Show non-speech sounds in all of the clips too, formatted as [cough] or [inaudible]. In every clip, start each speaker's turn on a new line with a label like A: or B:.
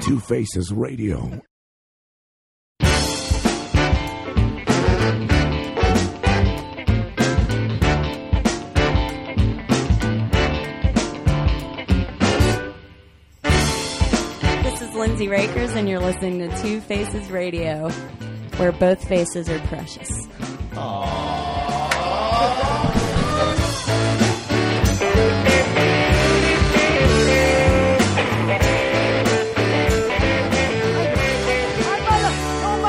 A: Two Faces Radio.
B: This is Lindsay Rakers, and you're listening to Two Faces Radio, where both faces are precious.
C: Oh, mother! Oh,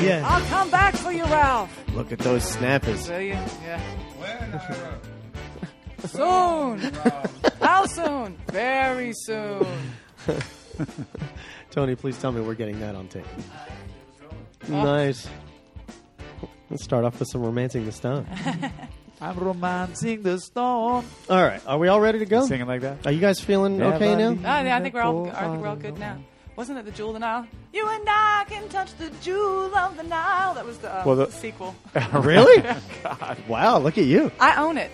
C: mother!
D: Yeah.
C: I'll come back for you, Ralph.
D: Look at those snappers.
C: Will you? Yeah. [laughs] Soon. How soon? Very soon.
D: Tony, please tell me we're getting that on tape. Nice. Let's start off with some romancing the stone.
E: I'm romancing the storm.
D: All right, are we all ready to go?
E: Singing like that.
D: Are you guys feeling
C: [laughs]
D: okay now?
C: I, I think we're all. I think we're all good now. Wasn't it the Jewel of the Nile? You and I can touch the Jewel of the Nile. That was the, uh,
E: Well, the-
C: sequel.
D: really? Wow, look at you.
C: I own it.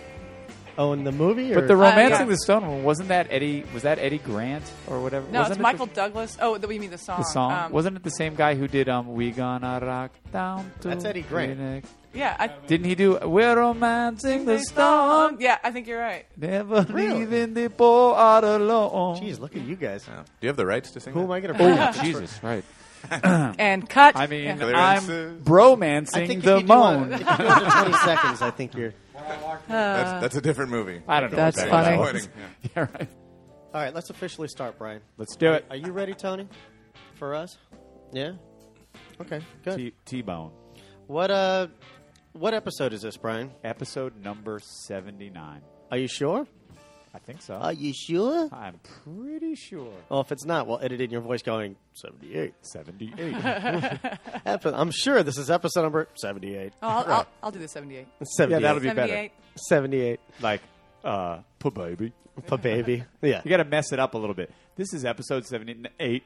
D: Oh, in the movie? Or?
E: But the romancing
C: Uh, yeah.
E: the stone one wasn't that Eddie? Was that Eddie Grant or whatever?
C: No,
E: wasn't
C: it's
E: it
C: Michael
E: The,
C: Douglas. Oh, the, you mean the song?
E: the song
C: Um,
E: wasn't it the same guy who did um "We Gonna Rock Down"? To
D: That's Eddie Grant.
E: Phoenix?
C: Yeah. I,
E: Didn't he do "We're romancing the storm"?
C: Yeah, I think you're right.
E: Never
D: Really?
E: leaving the poor out alone.
D: Jeez, look at you guys.
F: Do you have the rights to sing
D: Who am
F: that?
D: I going to
E: [laughs]
D: bring
C: [laughs]
D: [laughs]
E: Oh
D: up?
E: Jesus, right?
C: And cut.
E: I mean,
C: Yeah.
E: I'm
F: Clearances.
D: I
E: bromancing
D: think
E: the
D: if you do one- [laughs]
E: moan.
D: if you do one to 20 seconds, I think you're.
F: That's, that's a different movie.
E: Uh, I don't know.
C: That's
E: what that
C: funny.
E: was.
F: Disappointing, yeah.
E: [laughs] Yeah, right.
D: All right, let's officially start, Brian.
E: Let's do it.
D: Are you ready, Tony? For us? Yeah? Okay, good.
E: T- T-Bone.
D: What, uh, what episode is this, Brian?
E: Episode number 79.
D: Are you sure?
E: I think so.
D: you sure?
E: I'm pretty sure.
D: Well, if it's not, we'll edit in your voice going 78.
E: [laughs] 78.
D: Epi- I'm sure this is episode number 78.
C: Oh, I'll, I'll, I'll do the 78.
D: 78. [laughs]
E: that'll be- better.
C: 78.
D: 78.
E: like, uh, pa baby.
D: Pa baby. Yeah.
E: You got to mess it up a little bit. This is episode 78.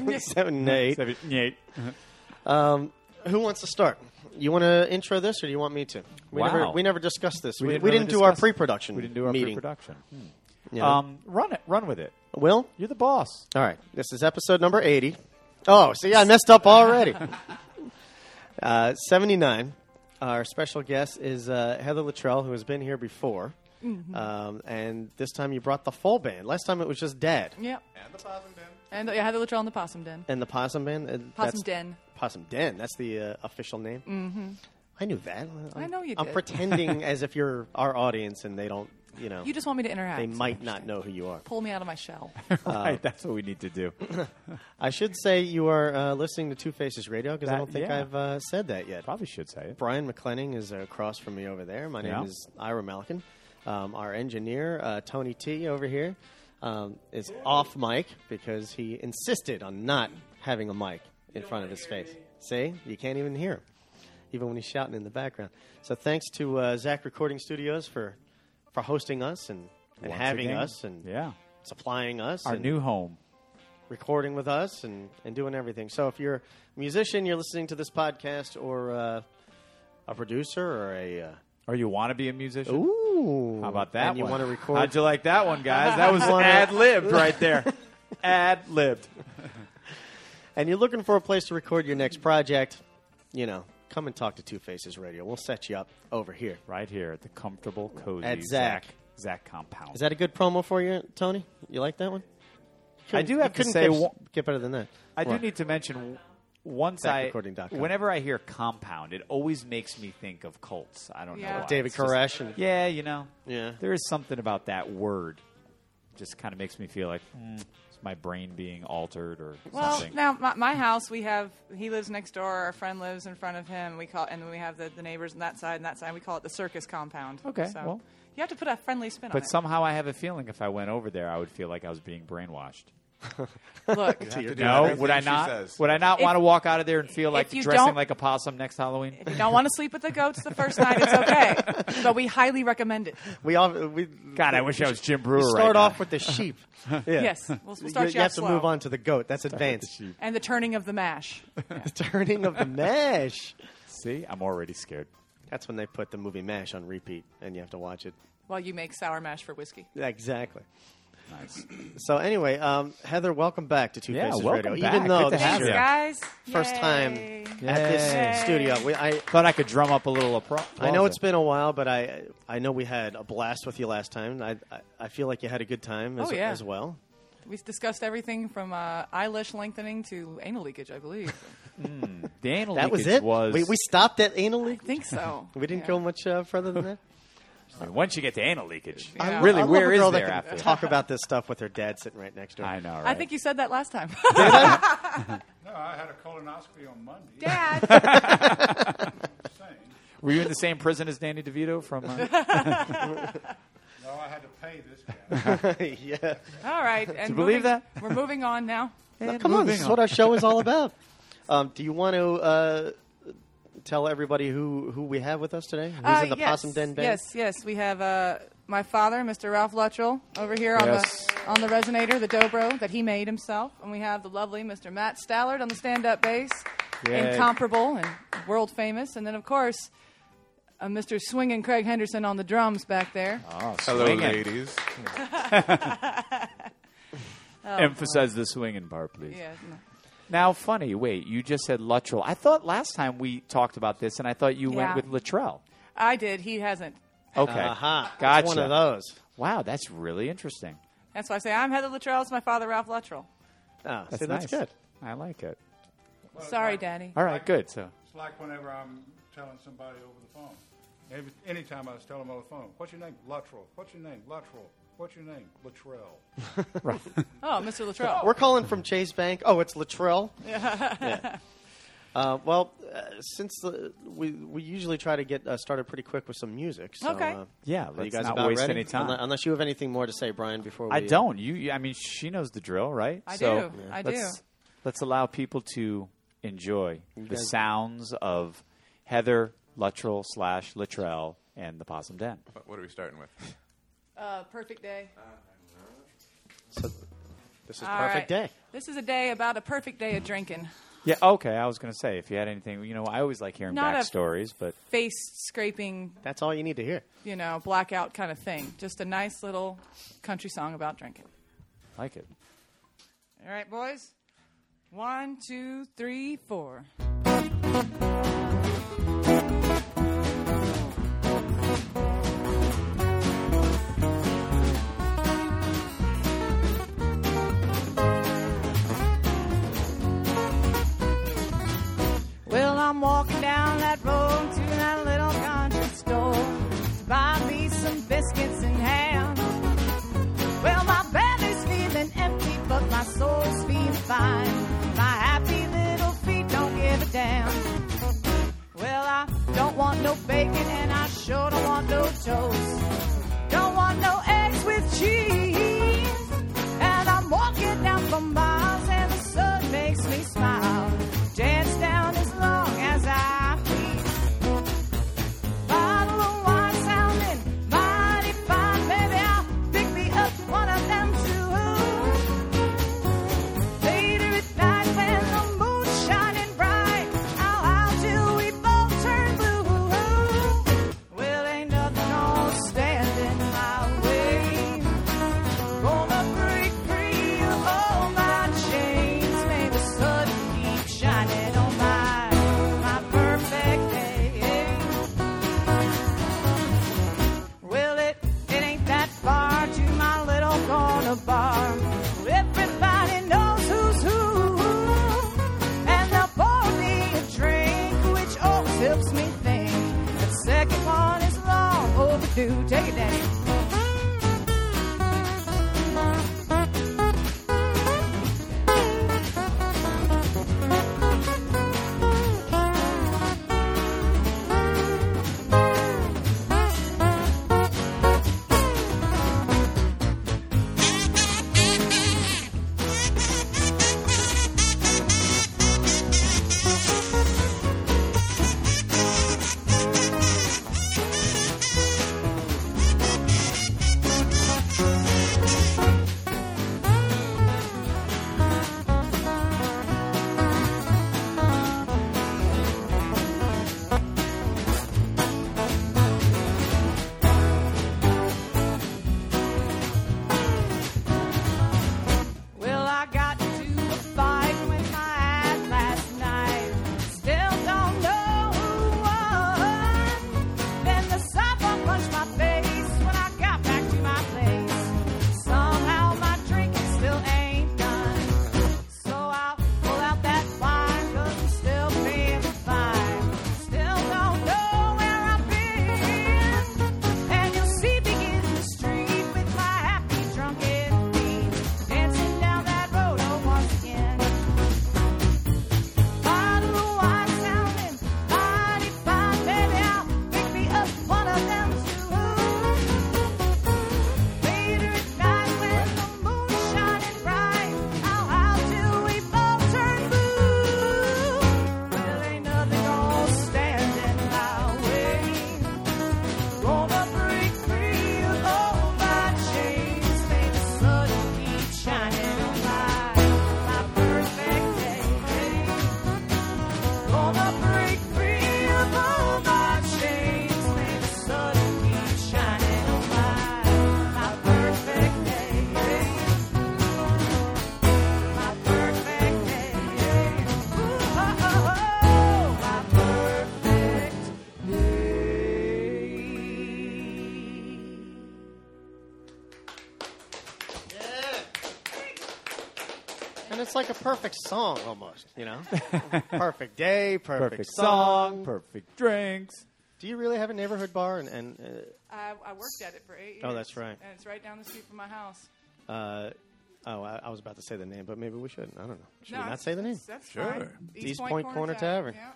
D: 78.
E: 78.
D: Um, who wants to start? You want to intro this or do you want me to? We
E: Wow.
D: never we never discussed this. We, we didn't,
E: really
D: do our
E: discuss it.
D: pre-production.
E: We didn't do our
D: meeting.
E: pre-production.
D: Yeah.
E: Um, run it. Run with it.
D: Will?
E: You're the boss.
D: All right. This is episode number 80. Oh, see, I messed up
E: [laughs]
D: already. uh, 79. Our special guest is uh, Heather Luttrell, who has been here before.
E: Mm-hmm.
D: Um, and this time you brought the full band. Last time it was just Dad
C: Yep.
F: And the Possum Den.
C: And yeah, Heather Luttrell in the Possum Den.
D: and the Possum Band. uh,
C: Possum
D: that's-
C: Den.
D: Possum Den. That's the uh, official name. Mm-hmm. I knew that. I'm,
C: I know you
D: I'm
C: did.
D: pretending
C: [laughs]
D: as if you're our audience and they don't, you know,
C: You just want me to interact.
D: they might not know who you are.
C: pull me out of my shell.
E: right, [laughs] that's what we need to do.
D: I should say you are uh, listening to Two Faces Radio because I
E: That-
D: don't think
E: yeah.
D: I've uh, said that yet.
E: Probably should say it.
D: Brian McClenning is across from me over there. My name
E: Yeah.
D: is Ira Malkin. Um, our engineer, uh, Tony T, over here, um, is off mic because he insisted on not having a mic in front of his face. See? You can't even hear him, even when he's shouting in the background. So thanks to uh, Zach Recording Studios for, for hosting us and, and
E: Once
D: having
E: again.
D: us and
E: Yeah.
D: supplying us.
E: Our
D: and-
E: new home.
D: recording with us and, and doing everything. So if you're a musician, you're listening to this podcast, or uh, a producer, or a uh,
E: Or Oh, you want to be a musician?
D: ooh,
E: How about that
D: and you
E: one?
D: want to record?
E: How'd you like that one, guys? [laughs] That was
D: Wanna-
E: ad libbed right [laughs] there. ad libbed.
D: and you're looking for a place to record your next project, you know, come and talk to Two Faces Radio. We'll set you up over here.
E: Right here at the comfortable, cozy
D: At Zach.
E: Zach compound.
D: Is that a good promo for you, Tony? You like that one?
E: I do have
D: You
E: to
D: couldn't
E: say
D: get,
E: one-
D: get better than that.
E: I do
D: What?
E: need to mention once I,
D: ZachRecording.com.
E: whenever I hear compound, it always makes me think of cults. I don't know.
C: Yeah.
E: Why.
D: David
E: It's just-
D: Koresh and
E: yeah, you know.
D: Yeah.
E: There is something about that word. Just kind of makes me feel like mm, is my brain being altered or
C: Well,
E: something.
C: now my, my house, we have he lives next door. Our friend lives in front of him. We call and then we have the, the neighbors on that side and that side. We call it the circus compound.
E: Okay,
C: So
E: well.
C: you have to put a friendly spin
E: but
C: on
E: somehow I have a feeling if I went over there, I would feel like I was being brainwashed.
C: it.
E: [laughs]
C: Look,
F: You have to do
E: No,
F: everything
E: would I
F: she says.
E: not? Would I not want to walk out of there and feel like
C: if you
E: dressing
C: don't-
E: like a possum
C: [laughs]
E: next Halloween?
C: if you don't want to sleep with the goats the first night, it's
E: [laughs]
C: okay. but we highly recommend it.
D: we all we
E: God, I wish I was Jim Brewer.
D: we start
E: right
D: off
E: now.
D: with the
E: [laughs]
D: sheep.
C: Yes, we'll, we'll start
D: you,
C: you,
D: you
C: out
D: have to
C: slow.
D: move on to the goat. That's advanced.
C: And the turning of the mash.
D: The
E: [laughs]
D: turning of the mesh.
E: See, I'm already scared.
D: That's when they put the movie MASH on repeat and you have to watch it.
C: While you make sour mash for whiskey.
D: Exactly.
E: Nice.
D: So anyway, um, Heather, welcome back to Two
E: Yeah,
D: Faces
E: welcome
D: Radio.
E: back.
D: Even though
E: Good to
D: this
E: have
D: is
E: you.
D: your
G: guys.
D: first
G: Yay.
D: time at
E: Yay.
D: this studio, we, I
E: [clears throat] Thought I could drum up a little applause.
D: I know it's been a while, but I I know we had a blast with you last time. I I, I feel like you had a good time as,
G: Oh, yeah.
D: as well.
G: We discussed everything from uh, eyelash lengthening to anal leakage, I believe.
E: the anal
D: That was
E: leakage
D: it.
E: Was
D: We we stopped at anal leak.
G: I think so.
D: We didn't
G: Yeah.
D: go much uh, further than that.
E: I mean, once you get to anal leakage,
G: I love-
E: really,
D: I love
E: where
D: a
E: is
D: girl
E: there
D: that can
E: after?
D: Talk about this stuff with her dad sitting right next to her.
E: I know. Right?
G: I think you said that last time.
H: No, I had a colonoscopy on Monday.
G: Dad.
H: Same.
E: were you in the same prison as Danny DeVito from? Uh,
H: No, I had to pay this guy.
D: yeah.
G: All right. And
E: you believe
G: moving-
E: that?
G: We're moving on now.
E: and
D: Come on,
E: moving
D: this is what our show is all about. [laughs] Um, do you want to uh, tell everybody who, who we have with us today? Who's
G: Uh,
D: in the
G: yes,
D: Possum Den Band?
G: Yes, yes. We have uh, my father, Mr. Ralph Luttrell, over here
E: Yes.
G: on the on the resonator, the dobro that he made himself, and we have the lovely Mr. Matt Stallard on the stand-up bass,
E: Yay.
G: incomparable and world famous, and then of course. Uh, Mr. Swinging Craig Henderson on the drums back there.
E: Oh,
F: [laughs] Hello,
E: swinging. [laughs]
F: ladies.
E: Oh, Emphasize the swinging part, please.
G: Yeah, no.
E: Now, funny. Wait, you just said Luttrell. I thought last time we talked about this, and I thought you
G: Yeah. Uh-huh.
E: went with Luttrell.
G: I did. He hasn't.
E: Okay.
D: Aha. It's
E: Gotcha.
D: One of those.
E: Wow, that's really interesting.
G: That's why I say I'm Heather Luttrell. It's my father, Ralph Luttrell.
D: Oh,
E: That's
D: see, that's
E: nice.
D: good.
E: I like it.
H: Well,
G: Sorry,
H: it's like-
G: Daddy.
E: All right, good. So,
H: It's like whenever I'm telling somebody over the phone. Every, anytime I was telling them over the phone, what's your name? Luttrell. What's your name? Luttrell. What's your name? Luttrell.
G: Oh, Mr. Luttrell.
D: We're calling from Chase Bank. Oh, it's
G: [laughs]
D: Latrell. Yeah. Uh, well, uh, since the, we we usually try to get uh, started pretty quick with some music. So,
G: Okay.
D: Uh, are
E: yeah,
D: you
E: let's
D: guys
E: not
D: about
E: waste
D: ready?
E: any time.
D: Unle- Unless you have anything more to say, Brian, before we
E: I don't. You, you- I mean, she knows the drill, right?
G: I
E: So
G: do. I
E: let's,
G: do.
E: Let's allow people to enjoy the
D: guys-
E: sounds of Heather Luttrell slash Luttrell and the Possum Den.
F: What- What are we starting with?
G: Uh, perfect day.
D: So, uh, this is
G: All
D: perfect
G: right.
D: day.
G: This is a day about a perfect day of drinking.
E: Yeah. Okay. I was going to say if you had anything, you know, I always like hearing
G: Not a-
E: backstories, but
G: Face scraping
D: That's all you need to hear.
G: you know, blackout kind of thing. Just a nice little country song about drinking.
E: I like it.
G: All right, boys. One, two, three, four. Well, I'm walking down that road to that little country store to buy me some biscuits and ham. Well, my belly's feeling empty, but my soul's feeling fine. My happy little feet don't give a damn. Well, I don't want no bacon, and I sure don't want no toast. Don't want no eggs with cheese. And I'm walking down for miles, and the sun makes me smile. Dance down as long as I please. Bottle of wine sounding mighty fine. Maybe I'll pick me up one of them too. Later at night when the moon's shining bright, I'll out till we both turn blue. Well, ain't nothing all standing my way. Gonna break free of all my chains. May the sun keep shining on my my perfect day. Well, it, it ain't that far to my little corner bar. Everybody knows who's who. And they'll pour me a drink, which always helps me think. The second one is long overdue. Take it, Daddy.
C: oh,
D: And it's like a perfect song almost, you
E: [laughs]
D: know? perfect day, perfect,
E: Perfect
D: song.
E: song, perfect drinks.
D: Do you really have a neighborhood bar? And, and
C: I, I worked at it for eight years.
D: Oh, that's right.
C: And it's right down the street from my house.
D: uh, uh, oh, I, I was about to say the name, but maybe we shouldn't. I don't know. Should
C: No,
D: we not
C: that's-
D: say the name?
C: That's
F: Sure.
C: fine.
D: East Point Corner Tavern.
C: Yeah.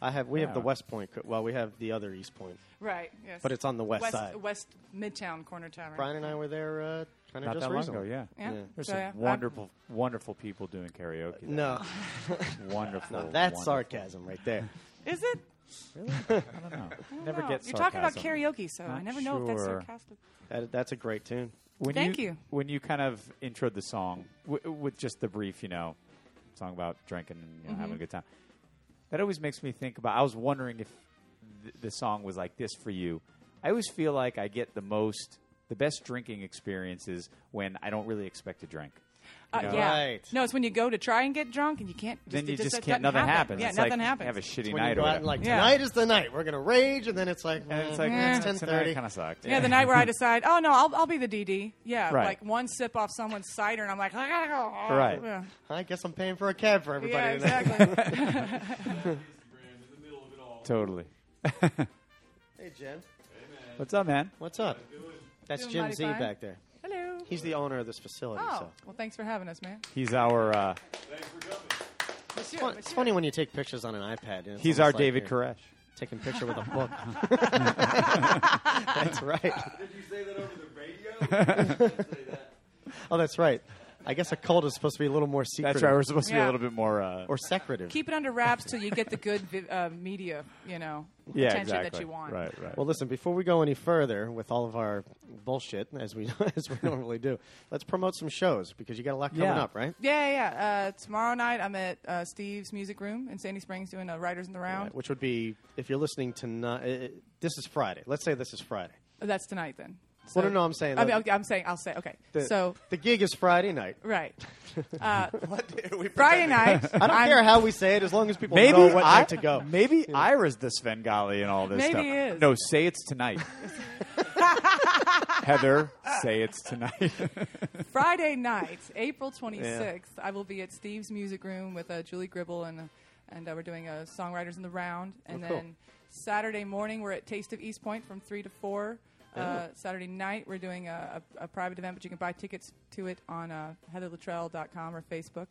D: I have. We have the
E: Yeah.
D: West Point. co- Well, we have the other East Point.
C: Right. Yes.
D: But it's on the west side.
C: West Midtown Corner Tavern.
D: Brian and I were there uh, kind of
E: Not
D: just
E: that long
D: recently.
E: ago, yeah.
C: Yeah.
D: Yeah.
E: There's
C: So,
E: some
C: yeah, I-
E: wonderful, wonderful people doing karaoke. there.
D: No,
E: [laughs] wonderful.
D: [laughs] that's
E: wonderful.
D: sarcasm right there.
C: Is it?
E: I don't know.
C: I
E: Never
C: don't know.
E: get
C: You're talking about
E: sarcasm.
C: karaoke, so I
E: Not
C: never know if that's
E: sure.
C: sarcastic.
D: That, that's a great tune.
E: When
C: Thank
E: you,
C: you.
E: When you kind of introed the song w- with just the brief, you know, song about drinking and you know,
C: Mm-hmm.
E: having a good time, that always makes me think about. I was wondering if th- the song was like this for you. I always feel like I get the most, the best drinking experiences when I don't really expect to drink.
C: Uh,
E: know?
C: yeah.
D: Right.
C: No, it's when you go to try and get drunk and you can't. Just,
E: then
C: it
E: you just,
C: it
E: can't.
C: doesn't
E: Nothing
C: happen.
E: happens.
C: Yeah,
E: It's
C: nothing
E: like
C: happens.
E: You have a shitty
D: When
E: night
D: you
E: or
D: go out and
E: whatever.
D: like
C: Yeah.
D: tonight is the night we're gonna rage, and then it's like "Mm,
E: and it's like
C: Yeah.
E: eh,
D: it's ten
E: tonight
D: thirty.
E: kind of sucked.
C: [laughs] yeah, the night where I decide, oh no, I'll, I'll be the DD. Yeah,
E: Right.
C: like one sip off someone's cider, and I'm like, [laughs] I gotta go.
E: Right.
C: Yeah,
D: I guess I'm paying for a cab for everybody
C: yeah
D: tonight. [laughs]
C: exactly.
E: [laughs] Totally.
D: Hey Jen,
E: What's up, man?
D: what's up? That's
C: Doing
D: Jim
C: mighty
D: Z
C: fine.
D: back there.
C: Hello.
D: He's the owner of this facility.
C: Oh,
D: So
C: well, thanks for having us, man.
E: He's our uh,
C: Monsieur,
D: Fun- it's
C: monsieur.
D: funny when you take pictures on an iPad. and it's
E: he's
D: almost
E: our
D: like
E: David
D: you're
E: Koresh.
D: Taking picture with a
E: [laughs]
D: book. [laughs] that's right.
I: Did you say that over the
C: [laughs]
I: radio? say that.
D: Oh, that's right. I guess a cult is supposed to be a little more secretive.
E: That's right. We're supposed to be
C: Yeah.
E: a little bit more. Uh,
D: or secretive.
C: Keep it under wraps till you get the good vi- uh, media, you know,
E: [laughs] yeah,
C: attention
E: exactly.
C: that you want.
E: Right, right.
D: well, listen. Before we go any further with all of our bullshit, as we [laughs] as we normally do, let's promote some shows because you got a lot coming
E: Yeah.
D: up, right?
C: Yeah, yeah. yeah. Uh, tomorrow night, I'm at uh, Steve's Music Room in Sandy Springs doing a Writers in the Round.
D: Uh, Which would be if you're listening tonight. Uh, this is Friday. Let's say this is Friday.
C: Oh, That's tonight then.
D: Well, no, no, I'm saying
C: I
D: the-
C: mean, okay, I'm saying I'll say okay.
D: The,
C: so
D: the gig is Friday night. [laughs]
C: right, Uh,
F: we
C: Friday night.
D: I don't
C: I'm-
D: care how we say it, as long as people
E: maybe
D: know what
E: I,
D: night to go. [laughs]
E: Maybe Ira's the Svengali and all this
C: Maybe
E: stuff.
C: he is.
E: No, say it's
C: [laughs]
E: tonight. Heather, say it's tonight. [laughs]
C: Friday night, April 26th, I will be at Steve's Music Room with uh, Julie Gribble and and uh, we're doing a Songwriters in the Round. And
D: Oh, cool.
C: then Saturday morning, we're at Taste of East Point from three to four.
D: Oh.
C: Uh, Saturday night, we're doing a, a, a private event, but you can buy tickets to it on uh, heatherluttrell.com or Facebook.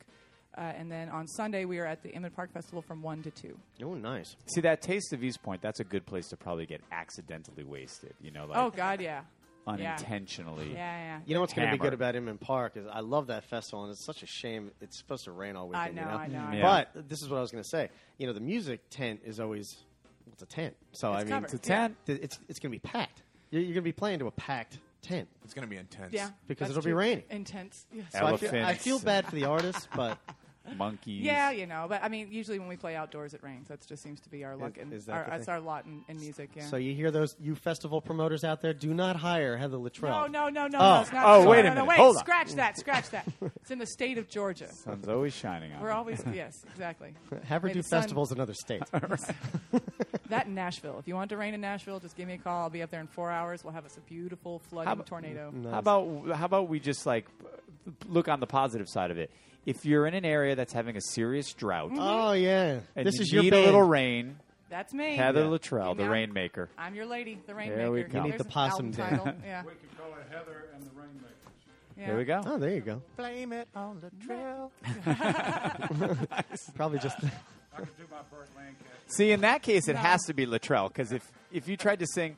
C: Uh, and then on Sunday, we are at the Emmett Park Festival from one to two.
D: Oh, nice.
E: See that taste of East Point? That's a good place to probably get accidentally wasted. You know, like
C: Oh God, yeah, yeah.
E: unintentionally.
C: yeah, yeah.
D: You know what's going to be
E: Hammered.
D: good about Inman Park is I love that festival, and it's such a shame it's supposed to rain all
C: I
D: weekend.
C: know, I
D: you
C: know,
D: know,
C: I
E: know.
D: But this is what I was going to say. You know, the music tent is always it's a tent, so I mean,
C: covered.
E: It's a tent.
D: th- it's it's going to be packed. You're, you're going to be playing to a packed tent.
F: It's going to be intense.
C: yeah.
D: Because
C: that's
D: it'll be
C: true.
D: raining.
C: Intense. [laughs] Yes.
D: So I feel, I
E: Elephants.
D: feel bad for the artists, but [laughs]
E: Monkeys.
C: Yeah, you know, but I mean, usually when we play outdoors, it rains. That just seems to be our luck, and
D: is that
C: our,
D: the
C: that's
D: thing?
C: our lot in, in music. Yeah.
D: so you hear those you festival promoters out there? Do not hire Heather
C: no,
D: Luttrell.
C: no, no, no,
D: Oh.
C: no. It's not
E: Oh,
C: no,
E: wait
C: no,
E: a
C: No,
E: minute.
C: wait,
E: Hold on.
C: scratch that. Scratch that. it's in the state of Georgia.
E: Sun's always shining on.
C: We're
E: it.
C: always yes, exactly.
D: Have her
C: May
D: do
C: the sun-
D: festivals in other states.
C: [laughs] That in Nashville. If you want to rain in Nashville, just give me a call. I'll be up there in four hours. We'll have us a beautiful flooding
E: about-
C: tornado.
D: Mm,
E: How about how about we just like look on the positive side of it? If you're in an area that's having a serious drought,
C: Mm.
D: oh yeah,
E: and
D: this
E: you
D: is your
E: need
D: band.
E: a little rain,
C: That's me,
E: Heather
D: Yeah.
E: Luttrell, the
C: Yeah.
E: Rainmaker.
C: I'm your lady, the rainmaker.
E: There we go. You
D: need
C: There's
D: the
C: an
D: possum
C: album
D: there.
C: title. Yeah.
H: We can call it Heather and the Rainmakers.
C: yeah.
E: There we go.
D: Oh, there you go.
E: Blame it on the trail.
D: Probably
E: [laughs]
D: just
H: I could do my Burt Lancaster.
E: See, in that case, it has to be Latrell because if if you tried to sing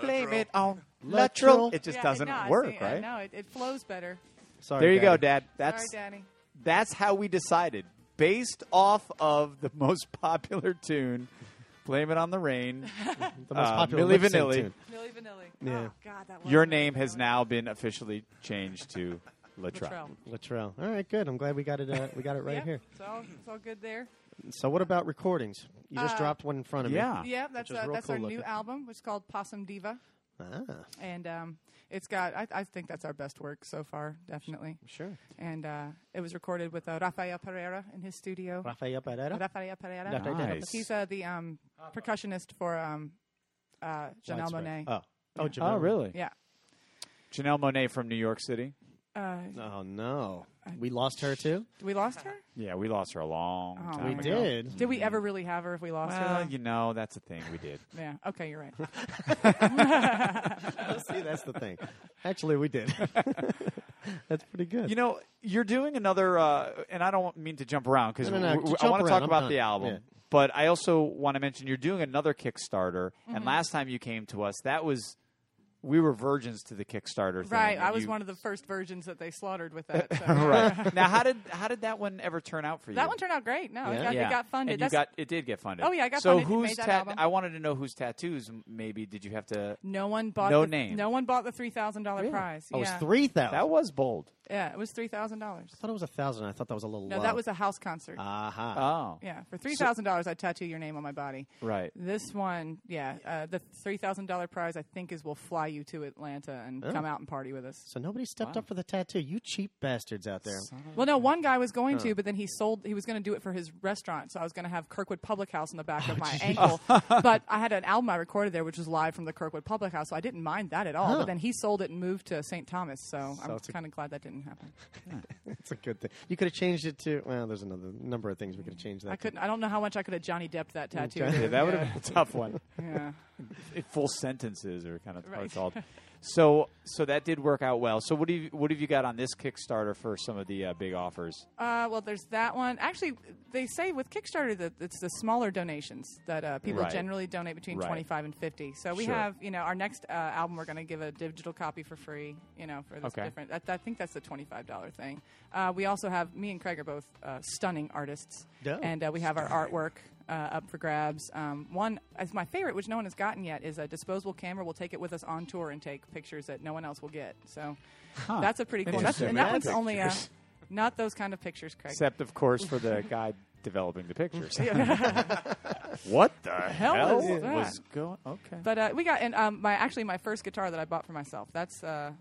E: "Blame
F: Luttrell.
E: It on
D: Luttrell.
E: Latrell," it just
C: Yeah,
E: doesn't
C: no, I
E: work,
C: see, I
E: right?
C: know, it, it flows better.
D: sorry.
E: There you go,
D: Daddy.
E: Dad. That's
C: Sorry, Danny.
E: that's how we decided based off of the [laughs] most popular tune, "Blame It on the Rain."
D: The most
E: Uh,
D: popular
E: Milli
D: lip sync
E: Vanilli.
D: tune.
C: Millie Vanilli.
D: Yeah.
C: Oh, God, that was [laughs]
E: Your
C: Milli
E: name has
C: Vanilli.
E: now been officially changed to
C: Latrell.
E: Latrell.
D: Latrell. All right, good. I'm glad we got it. Uh, we got it right
C: Yep,
D: here.
C: It's all, it's all good there.
D: So, what about recordings? You
C: Uh,
D: just dropped one in front of
E: Yeah.
D: me.
C: Yeah, that's
D: Ah, is
C: uh,
D: real
C: that's
D: cool
C: our new
D: looking.
C: album, which is called Possum Diva,
D: Yeah. Ah,
C: and um, it's got I, I think that's our best work so far, definitely.
D: sure.
C: And uh, it was recorded with uh, Rafael Pereira in his studio.
D: Rafael Pereira.
C: Rafael Pereira.
D: Rafael Pereira.
E: Nice.
C: He's uh, the um, percussionist for um, uh, Janelle
D: Widespread.
C: Monet.
D: Oh. Oh, Janelle.
E: Oh, really?
C: Yeah.
E: Janelle Monet from New York City.
G: Uh,
D: Oh no, we lost her too.
C: We lost her?
E: Yeah, we lost her a long
C: Oh.
E: time
D: We
C: [laughs]
E: ago.
D: did. [laughs]
C: Did we ever really have her if we lost
E: Well,
C: her?
E: you know, that's a thing we did.
C: though? Yeah. Okay, you're right.
D: See, that's the thing. Actually, we did. [laughs] that's pretty good.
E: You know, you're doing another, uh, and I don't mean to jump around because
D: No, no, no, to jump
E: I want
D: around,
E: to talk
D: I'm
E: about
D: not-
E: the album.
D: yeah.
E: But I also want to mention you're doing another Kickstarter,
C: Mm-hmm.
E: and last time you came to us, that was we were virgins to the Kickstarter. Thing,
C: right.
E: and
C: I was
E: you-
C: one of the first virgins that they slaughtered with that.
E: [laughs]
C: So.
E: right now. How did how did that one ever turn out for you?
C: [laughs] That one turned out great. No,
D: Yeah.
C: it, got,
E: yeah.
C: it got funded.
E: And you
C: That's,
E: got it did get funded.
C: Oh, yeah, I got
E: so
C: funded and
E: whose
C: made that
E: tat-
C: album.
E: I wanted to know whose tattoos. m- Maybe did you have to?
C: no one bought
E: No
C: the,
E: name.
C: No one bought the three thousand dollar prize.
D: oh, it was
C: yeah.
D: three thousand.
E: That was bold.
C: Yeah, it was three thousand dollars.
D: I thought it was a thousand. I thought that was a little.
C: No,
D: low.
C: that was a house concert.
D: Aha.
E: Oh,
C: yeah, for three thousand dollars, I tattoo your name on my body.
E: right.
C: This one, yeah, uh, the three thousand dollar prize I think is we'll fly you to Atlanta and
E: Oh.
C: come out and party with us.
D: so nobody stepped up for the tattoo. You cheap bastards out there.
C: Well, no, one guy was going to, but then he sold. He was going to do it for his restaurant, so I was going to have Kirkwood Public House on the back of my ankle. but I had an album I recorded there, which was live from the Kirkwood Public House, so I didn't mind that at all. But then he sold it and moved to St. Thomas, so, I'm kind of glad that didn't happen.
D: That's a good thing. You could have changed it to. Well, there's another number of things we could have changed that.
C: I
D: to.
C: couldn't. I don't know how much I could have Johnny Depp that tattoo.
E: Yeah,
C: dude.
E: that would have been a
C: [laughs]
E: tough one.
C: yeah. yeah.
E: it- full sentences or kind of what it's
C: Right. [laughs]
E: called. So so that did work out well. So what do you what have you got on this Kickstarter for some of the uh, big offers?
C: Uh, well, there's that one. Actually, they say with Kickstarter that it's the smaller donations that uh, people
E: Right.
C: generally donate between
E: Right.
C: 25 and 50. So we
E: Sure.
C: have, you know, our next uh, album we're going to give a digital copy for free. You know, for this
E: Okay.
C: different. That, I think that's the 25 dollar thing. Uh, we also have me and Craig are both uh, stunning artists,
D: Dope.
C: and uh, we have our artwork. Uh, up for grabs. Um, one is my favorite, which no one has gotten yet, is a disposable camera. We'll take it with us on tour and take pictures that no one else will get. So that's a pretty cool. That's,
E: Interesting.
C: and that
E: Yeah.
C: one's only uh,
E: Pictures.
C: [laughs] not those kind of pictures, Craig.
E: Except of course for the [laughs] guy developing the pictures. [laughs] what the hell,
C: hell is that?
E: was going? Okay.
C: But uh, we got and um, my actually my first guitar that I bought for myself. That's uh,
E: Uh,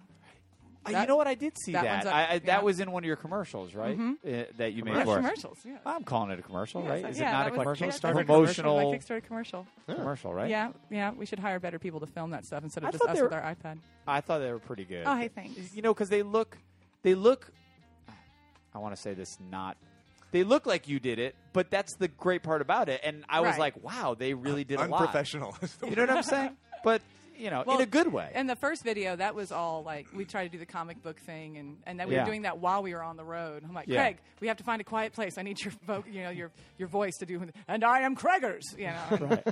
E: you
C: that-
E: know what? I did see that.
C: that one's up-
E: I, I,
C: yeah. Mm-hmm.
E: That was in one of your commercials, right? Uh, that you made
C: that's
E: for us.
C: commercials. Yeah.
E: I'm calling it a commercial,
C: Yeah,
E: right?
C: so-
E: Is
C: yeah, that
E: it not a
C: was-
E: commercial?
C: yeah,
E: It's
C: that was a commercial,
E: promotional
C: My Kickstarter commercial.
E: commercial, right?
C: Yeah, yeah. We should hire better people to film that stuff instead of
E: I
C: just
E: thought
C: us
E: they
C: with
E: were-
C: our iPad.
E: I thought they were pretty good.
C: Oh, hey, thanks.
E: You know, because they look, they look. I want to say this not. They look like you did it, but that's the great part about it. And I was
C: Right.
E: like, wow, they really did a lot.
F: Unprofessional. [laughs] is the
E: You know what I'm saying? But you know,
C: Well,
E: in a good way.
C: And the first video, that was all like we tried to do the comic book thing, and and then we
E: Yeah.
C: were doing that while we were on the road. I'm like,
E: Yeah.
C: Craig, we have to find a quiet place. I need your vo- you know your your voice to do. And I am Craigers, you
E: [laughs]
C: know.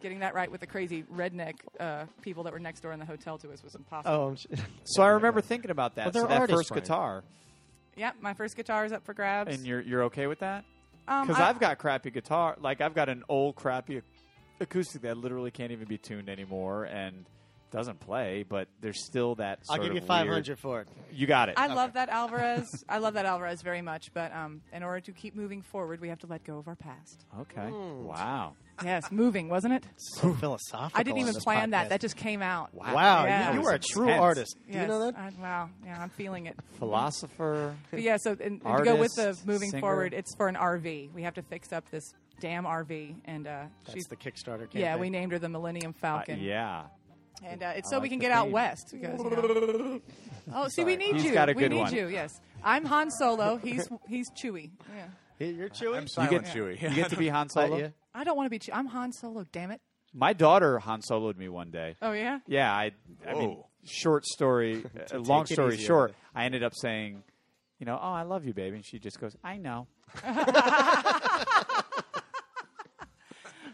C: Getting that right with the crazy redneck uh, people that were next door in the hotel to us was impossible.
D: Oh, I'm sh- [laughs]
E: so I remember thinking about that.
D: But they're
E: so that
D: artists,
E: first
D: Brian.
E: guitar,
C: Yep, my first guitar is up for grabs.
E: and you're you're okay with that?
C: Um,
E: Because
C: I-
E: I've got crappy guitar. Like I've got an old crappy acoustic that literally can't even be tuned anymore and doesn't play. But there's still that.
D: I'll
E: sort
D: give you
E: of
D: five
E: weird-
D: hundred for it.
E: You got it.
C: I love that Alvarez. I love that Alvarez very much. But um, in order to keep moving forward, we have to let go of our past.
E: okay. Wow.
C: Yes, moving, wasn't it?
D: So philosophical.
C: I didn't
D: on
C: even
D: this
C: plan
D: podcast.
C: that. That just came out.
D: Wow,
C: Yeah.
D: you, you
C: That
D: are a
E: was
D: true
E: intense.
D: artist. Do
C: Yes,
D: you know that?
C: I, wow. Yeah, I'm feeling it.
E: philosopher.
C: But yeah. So and, and to go with the
E: Artist,
C: moving
E: singer.
C: forward, it's for an RV. We have to fix up this damn RV, and uh, she's
D: That's the Kickstarter campaign.
C: yeah. We named her the Millennium
E: Uh,
C: Falcon.
E: yeah.
C: And uh, it's
E: I
C: so
E: like
C: we can
E: the
C: get out
E: theme.
C: west. Because, you
E: [laughs]
C: know- oh, see, we need
E: He's
C: you.
E: got a
C: we
E: good
C: need
E: one.
C: you. Yes, I'm Han Solo. He's he's Chewie. Yeah.
D: Hey, You're chewing.
F: I'm silent,
E: get-
F: Chewy.
E: You get to be Han Solo.
D: Yeah.
C: I don't want to be. Chewie. I'm Han Solo. Damn it.
E: My daughter Han Soloed me one day.
C: Oh yeah.
E: Yeah, I. I mean,
F: Whoa. [laughs]
E: short story, uh, long
D: take it
E: story
D: easy
E: short,
D: on
E: I ended up saying, you know, oh, I love you, baby, and she just goes, I know.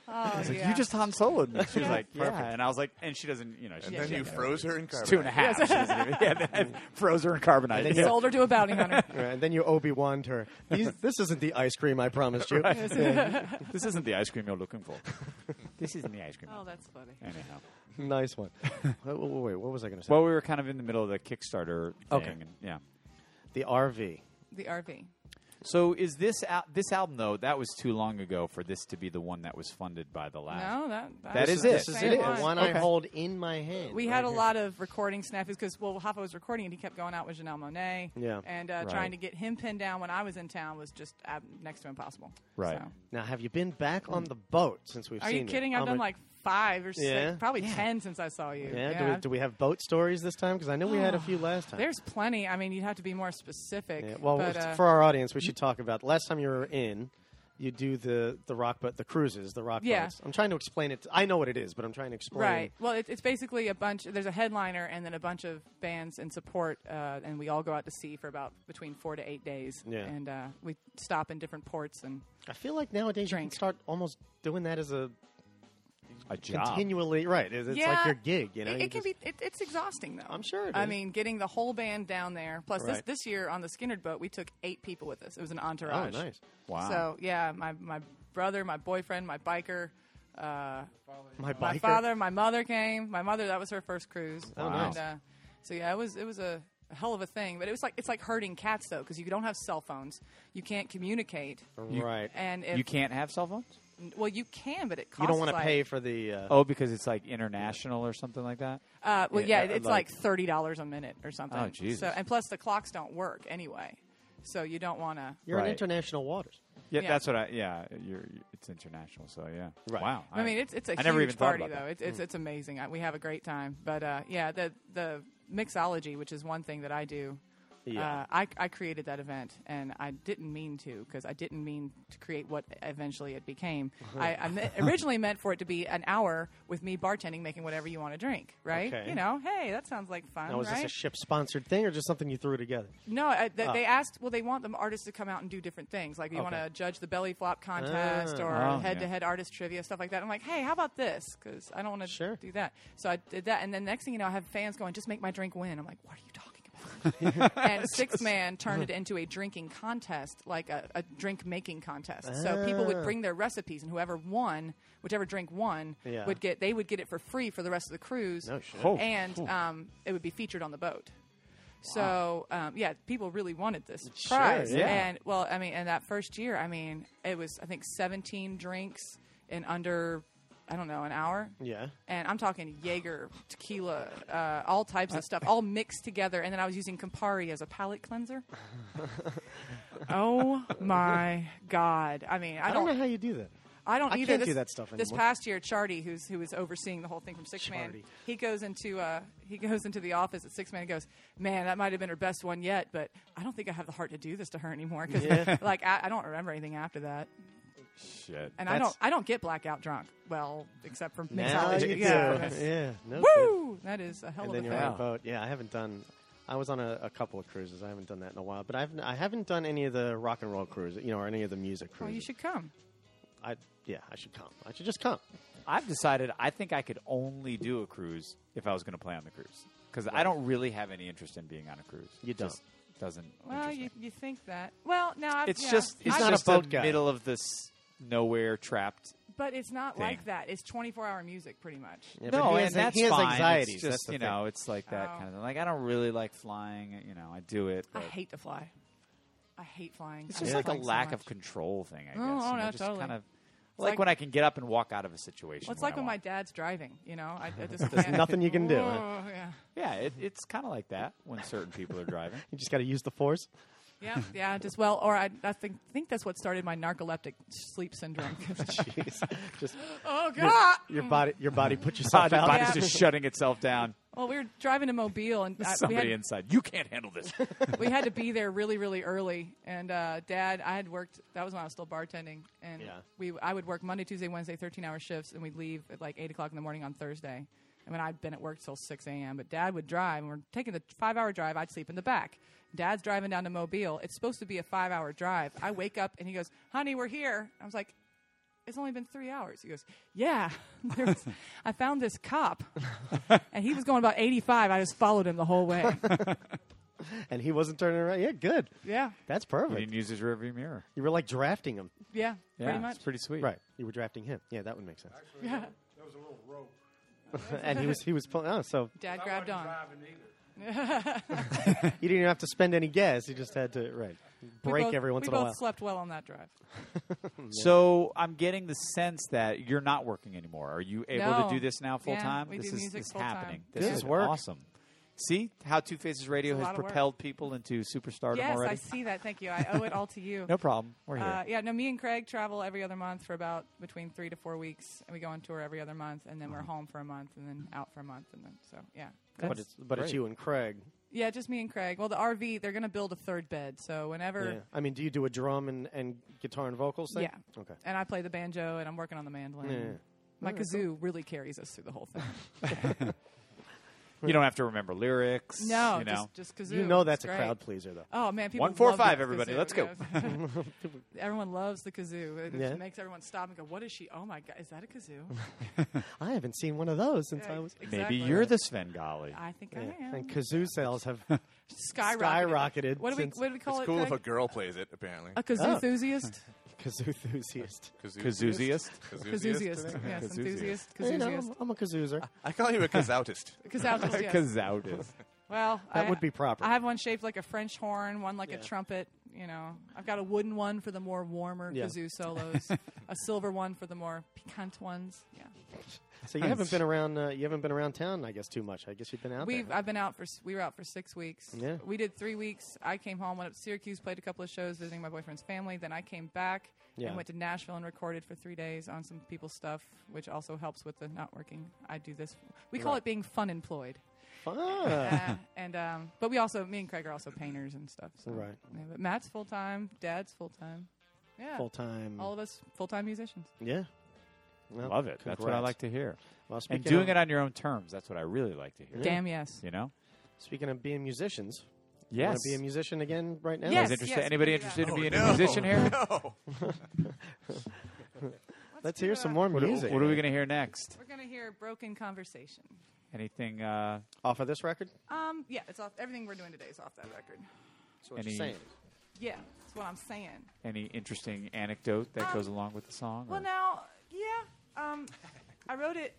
C: Oh, yeah.
E: You just Han Soloed me. She was
C: Yeah.
E: like, [laughs] yeah, and I was like, and she doesn't, you know, she
F: And
E: yeah,
F: then
C: yeah,
F: you
C: yeah.
F: froze her in carbonite.
E: two and a half. She doesn't even- yeah, [laughs] then I froze her in carbonite.
D: then
E: Yeah.
C: sold her to a bounty hunter.
E: [laughs]
D: Right, and then you Obi Wan her. These, [laughs] this isn't the ice cream I promised you.
E: This isn't the ice cream you're looking [laughs] for. this isn't the ice cream.
C: oh, that's funny.
E: Anyhow.
D: [laughs] nice [laughs] one. wait, wait, wait, what was I going to say?
E: Well, we were kind of in the middle of the Kickstarter thing.
D: Okay.
E: And, yeah.
D: the RV.
C: The RV.
E: So is this al- this album though? That was too long ago for this to be the one that was funded by the last.
C: No, that that,
E: That
C: was
E: is
C: the
E: it.
D: This is
C: same
D: it.
C: one. Oh,
D: The one I
E: Okay.
D: hold in my hand.
C: We
D: right
C: had a
D: here.
C: lot of recording snafus because well, Hoffa was recording and he kept going out with Janelle Monet.
D: Yeah.
C: and uh,
E: Right.
C: trying to get him pinned down when I was in town was just ab- next to impossible.
E: Right.
C: So.
D: Now, have you been back on the boat since we've
C: Are
D: seen
C: you kidding?
D: It?
C: I've
D: I'm
C: done
D: a-
C: like five or six,
D: Yeah.
C: probably ten since I saw you.
D: Yeah. Do, we, do we have boat stories this time? Because I know we had a few last time.
C: There's plenty. I mean, you'd have to be more specific.
D: Yeah, well,
C: but,
D: f-
C: uh,
D: for our audience, we should talk about last time you were in. You do the the rock, but the cruises, the rock
C: Yeah.
D: boats. I'm trying to explain it. I know what it is, but I'm trying to explain.
C: Right. Well, it, it's basically a bunch. There's a headliner and then a bunch of bands in support, uh, and we all go out to sea for about between four to eight days.
D: Yeah.
C: And uh, we stop in different ports and
D: I feel like nowadays you
C: Drink.
D: can start almost doing that as a
E: A job.
D: continually right. It's it's like your gig, you know.
C: It,
D: you
C: it can
D: just-
C: be. It, it's exhausting though.
D: I'm sure it
C: I
D: is.
C: mean, getting the whole band down there. Plus,
D: Right.
C: this this year on the Skinner boat, we took eight people with us. It was an
D: Oh,
C: entourage.
D: nice.
E: Wow.
C: So yeah, my my brother, my boyfriend, my biker. Uh,
D: My biker.
C: my father, my mother came. My mother, that was her first cruise.
D: Oh,
E: Wow.
C: And, uh, so yeah, it was it was a hell of a thing. But it was like it's like herding cats though, because you don't have cell phones, you can't communicate,
D: Right.
C: and if,
E: you can't have cell phones.
C: Well, you can, but it costs.
D: You don't want to
C: like,
D: pay for the. Uh,
E: Oh, because it's like international or something like that.
C: Uh, well,
E: Yeah,
C: yeah,
E: uh,
C: it's like
E: like-
C: thirty dollars a minute or something.
E: Oh, Jesus.
C: So and plus the clocks don't work anyway, so you don't want to.
D: you're in
E: Right.
D: international waters.
E: Yeah,
C: Yeah.
E: that's what I. Yeah, you're. It's international, so yeah.
D: Right.
E: Wow.
C: I mean, it's it's a
E: I
C: huge
E: never even thought
C: party
E: about that.
C: though. It's it's, it's amazing. I, we have a great time. But uh, yeah, the the mixology, which is one thing that I do.
D: Yeah.
C: Uh, I, I created that event, and I didn't mean to because I didn't mean to create what eventually it became. I, I me- originally meant for it to be an hour with me bartending, making whatever you want to drink, right?
D: Okay.
C: You know, hey, that sounds like fun,
D: Now, was
C: right?
D: this a ship sponsored thing or just something you threw together?
C: No, I, th- they asked. Well, they want the artists to come out and do different things. Like you want
D: Ah. Okay.
C: to judge the belly flop contest
D: Ah.
C: or
E: Oh,
C: head-to-head artist trivia stuff like that. I'm like, hey, how about this? Because I don't want to
D: Sure.
C: do that. So I did that, and then next thing you know, I have fans going, "Just make my drink win." I'm like, what are you talking
D: [laughs]
C: about? and six man turned it into a drinking contest, like a, a drink making contest. So people
D: Ah.
C: would bring their recipes, and whoever won, whichever drink won,
D: Yeah.
C: would get they would get it for free for the rest of the cruise
D: No shit.
E: Oh.
C: and um, it would be featured on the boat. So um, yeah, people really wanted this
D: Sure,
C: prize,
E: yeah.
C: and well, I mean, and that first year, I mean, it was I think 17 drinks in under, I don't know, an hour.
D: Yeah.
C: And I'm talking Jaeger, tequila, uh, all types of stuff, all mixed together. And then I was using Campari as a palate cleanser. oh my god! I mean, I
D: I
C: don't,
D: don't know how you do that.
C: I don't
D: I
C: either.
D: can't
C: this,
D: do that stuff
C: This
D: anymore.
C: past year, Chardy, who's who was overseeing the whole thing from Six Man,
D: Chardy.
C: he goes into uh, he goes into the office at Six Man and goes, "Man, that might have been her best one yet, but I don't think I have the heart to do this to her anymore [laughs] because like I, I don't remember anything after that,
E: shit.
C: and I
D: That's-
C: don't I don't get blackout drunk. Well, except for
D: Now
C: mixology.
D: you do.
C: yeah, that's-
D: Yeah. No kidding.
C: woo, that is a hell
D: and
C: of a
D: then
C: thing.
D: you're on a
E: thing.
D: boat. Yeah, I haven't done. I was on a, a couple of cruises. I haven't done that in a while, but I've I haven't done any of the rock and roll cruises, you know, or any of the music
C: Well, Oh,
D: cruises.
C: you should come.
D: I yeah, I should come. I should just come.
E: I've decided I think I could only do a cruise if I was going to play on the cruise because I don't really have any interest in being on a cruise.
D: You
E: It just doesn't.
C: Well,
E: interest
C: you,
E: me.
C: you think that? Well, no, I,
E: it's
C: yeah.
E: just it's
C: I-
D: not a
E: just
D: boat
E: the
D: guy.
E: middle of this nowhere trapped.
C: but it's not
E: thing.
C: like that. It's 24 hour music, pretty much.
D: Yeah, but
E: no,
D: he
E: and
D: has,
E: that's
D: he has
E: fine.
D: anxieties.
E: It's
D: that's
E: just
D: the
E: you
D: thing.
E: know, it's like that
C: Oh.
E: kind of like I don't really like flying. You know, I do it.
C: I
E: but
C: hate to fly. I hate flying.
E: It's
C: I
E: just
C: hate
E: like a
C: flying so
E: lack
C: much.
E: of control thing, I guess.
C: Oh, oh,
E: you know,
C: no,
E: just
C: totally.
E: kind of like,
C: like-
E: when I can get up and walk out of a situation.
C: Well, it's like
E: I
C: when my
E: want.
C: dad's driving. You know, I, I
E: [laughs]
C: just there's
D: nothing you can do, huh?
C: Yeah,
E: yeah, it, it's kind of like that when certain people
D: [laughs]
E: are driving.
D: You just got to use the
E: [laughs]
D: force.
C: yeah, yeah. Just well, or I, I think think that's what started my narcoleptic sleep syndrome. [laughs]
D: Jeez, just
C: oh God!
D: your body, your body
E: [laughs]
D: put
E: Body,
D: yourself out.
E: body's
C: Yeah.
E: just shutting itself down.
C: Well, we were driving to Mobile, and [laughs] I, we
E: Somebody
C: had
E: inside, you can't handle this.
D: [laughs]
C: we had to be there really, really early. And uh, Dad, I had worked. That was when I was still bartending, and
D: Yeah.
C: we I would work Monday, Tuesday, Wednesday, thirteen-hour shifts, and we'd leave at like eight o'clock in the morning on Thursday. And when I'd been at work till six a.m., but Dad would drive, and we're taking the five-hour drive. I'd sleep in the back. Dad's driving down to Mobile. It's supposed to be a five-hour drive. I wake up, and he goes, "Honey, we're here." I was like. It's only been three hours. He goes, Yeah. [laughs] There was, I found this cop, and he was going about 85. I just followed him the whole way.
D: And he wasn't turning around. Yeah, good.
C: Yeah.
D: That's
E: he
D: perfect.
E: didn't use his rearview mirror.
D: you were like drafting him,
C: Yeah,
E: Yeah,
C: pretty much.
E: it's pretty sweet.
D: right? You were drafting him. Yeah, that would make sense.
C: yeah.
H: There was a little rope.
D: and he was he was pulling. Oh, so
C: Dad grabbed
H: I
C: on.
H: wasn't driving either.
D: you didn't even have to spend any gas. You just had to right. break
C: we both,
D: every once
C: we
D: in a
C: both
D: while.
C: slept well on that drive.
E: So I'm getting the sense that you're not working anymore. Are you able
C: No.
E: to do this now full
C: Yeah,
E: time?
C: we
E: this
C: do
E: is
C: music
E: this is
C: full time.
E: happening. This
D: Good.
E: is
D: Work.
E: awesome. See how Two Faces Radio
C: It's a
E: has
C: lot of work.
E: propelled people into superstardom
C: yes,
E: already.
C: I see that. Thank you. I owe it all to
D: [laughs]
C: you.
E: No problem. We're here.
C: Uh, yeah, no, me and Craig travel every other month for about between three to four weeks, and we go on tour every other month, and then we're home for a month, and then out for a month, and then so yeah.
D: but it's but it's you and Craig.
C: Yeah, just me and Craig. Well, the RV, they're going to build a third bed, so whenever.
D: Yeah. I mean, do you do a drum and, and guitar and vocals thing?
C: Yeah.
D: Okay.
C: And I play the banjo, and I'm working on the mandolin.
D: Yeah.
C: My kazoo really carries us through the
D: [laughs]
C: whole thing.
E: you don't have to remember lyrics.
C: No,
E: you know.
C: just, just kazoo.
D: You know
C: It's
D: that's a
C: great.
D: crowd pleaser though.
C: Oh man, people
E: One, four,
C: love the
E: five, everybody.
C: kazoo.
E: Let's go.
C: Yeah. [laughs] everyone loves the kazoo. It
D: Yeah.
C: just makes everyone stop and go, "What is she? Oh my god, is that a kazoo?"
D: I haven't seen one of those since I
C: Yeah,
D: was.
C: exactly.
E: Maybe you're the Svengali.
C: I think
D: Yeah.
C: I am.
D: And kazoo sales
E: [laughs]
D: have
C: skyrocketed.
D: skyrocketed
C: What do we
D: since-
C: what do we call
F: It's
C: it?
F: cool if a
C: Craig?
F: girl plays it, apparently.
C: a kazoo enthusiast,
D: kazoo enthusiast.
E: [laughs]
C: [laughs]
E: Kazooziest?
C: kazooziest, yes,
E: Kazooziast.
C: enthusiast,
D: You know,
C: kazooziast,
D: I'm- I'm a kazoozer.
E: Ah.
F: I call
E: [laughs]
F: you a kazoutist.
C: kazoutist, yes.
E: Kazoutist.
C: Well,
D: That
C: I-
D: would be proper.
C: I have one shaped like a French horn, one like
D: Yeah.
C: a trumpet. You know, I've got a wooden one for the more warmer
D: Yeah.
C: kazoo
D: [laughs]
C: solos, a silver one for the more piquant ones. Yeah,
D: so you haven't been around. Uh, you haven't been around town, I guess, too much. I guess you've been out
C: we've
D: there.
C: I've been out for s- we were out for six weeks.
D: Yeah.
C: we did three weeks. I came home, went up to Syracuse, played a couple of shows, visiting my boyfriend's family. Then I came back
D: Yeah.
C: and went to Nashville and recorded for three days on some people's stuff, which also helps with the not working. I do this. We call it being fun
D: [laughs]
C: employed. [laughs]
D: Ah,
C: Uh, and um, but we also me and Craig are also painters and stuff. So.
D: Right.
C: Yeah, but Matt's full time. Dad's full time. Yeah.
D: full time.
C: All of us full time musicians.
D: Yeah. Well,
E: Love it. That's what I
D: congrats.
E: like to hear.
D: Well,
E: And
D: speaking
E: doing
D: of-
E: it on your own terms. That's what I really like to hear.
C: Damn yes.
E: You know?
D: Speaking of being musicians, want
E: Yes.
D: to be a musician again right now?
C: Yes.
E: Is interested-
C: yes,
E: Anybody
C: we can do that.
E: interested in
F: Oh,
E: being
F: no.
E: a musician here?
F: No.
D: Let's hear some more
E: What, are-
D: music.
E: what are we going to hear next?
C: We're gonna hear broken conversation.
E: Anything? Uh,
D: off of this record?
C: Um. Yeah. It's off. Everything we're doing today is off that record.
D: That's what
E: Any-
D: you're saying.
C: Yeah. That's what I'm saying.
E: any interesting anecdote that goes along with the song?
C: Well,
E: or-
C: now, yeah. Um, I wrote it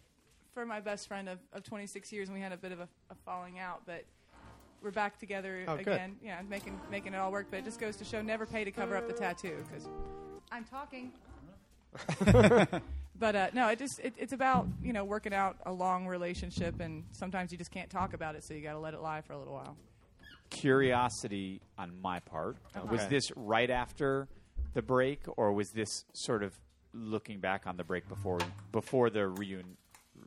C: for my best friend of, of 26 years, and we had a bit of a, a falling out, but we're back together
D: Oh, good.
C: again. Yeah, making making it all work. But it just goes to show never pay to cover
D: Uh.
C: up the tattoo because I'm
D: [laughs]
C: talking. but uh, no, it just it, it's about you know working out a long relationship, and sometimes you just can't talk about it, so you got to let it lie for a little while.
E: curiosity on my part. Was
D: Okay.
E: this right after the break, or was this sort of looking back on the break before before the reunion?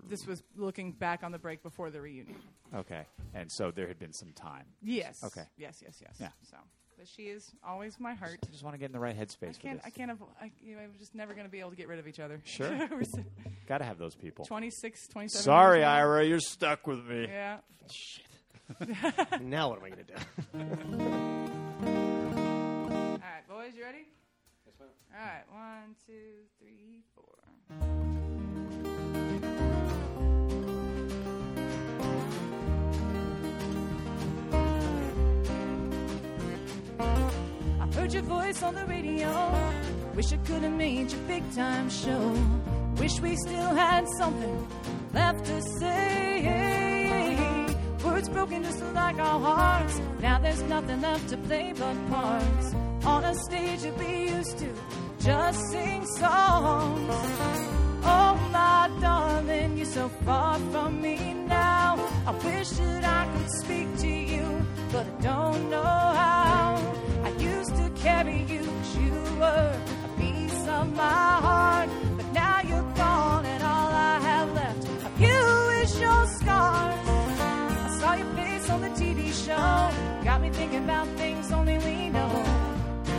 C: This was looking back on the break before the reunion.
E: Okay, and so there had been some time.
C: Yes.
E: Okay.
C: Yes. Yes. Yes.
E: Yeah.
C: So, but she is always my heart.
E: I just want to get in the right headspace
C: I
E: for this.
C: can't. I can't. Avo- I, you know, we're just never going to be able to get rid of each other.
E: Sure.
C: [laughs] We're so-
E: Got to have those people.
C: 26, 27.
E: Sorry,
C: years old.
E: Ira, you're stuck with me.
C: Yeah.
D: [laughs] now what am I going [laughs] to do?
C: All right, boys, you ready? Yes, ma'am. All right, one, two, three, four. I've heard your voice on the radio. Wish I could have made your big time show. Wish we still had something left to say. Words broken just like our hearts. Now there's nothing left to play but parts. On a stage that we used to just sing songs. Oh my darling, you're so far from me now. I wish that I could speak to you, but I don't know how. I used to carry you, 'cause you were a piece of my heart. But now you're gone, and all I have left of you is your scars. I saw your face on the TV show, got me thinking about things only we know.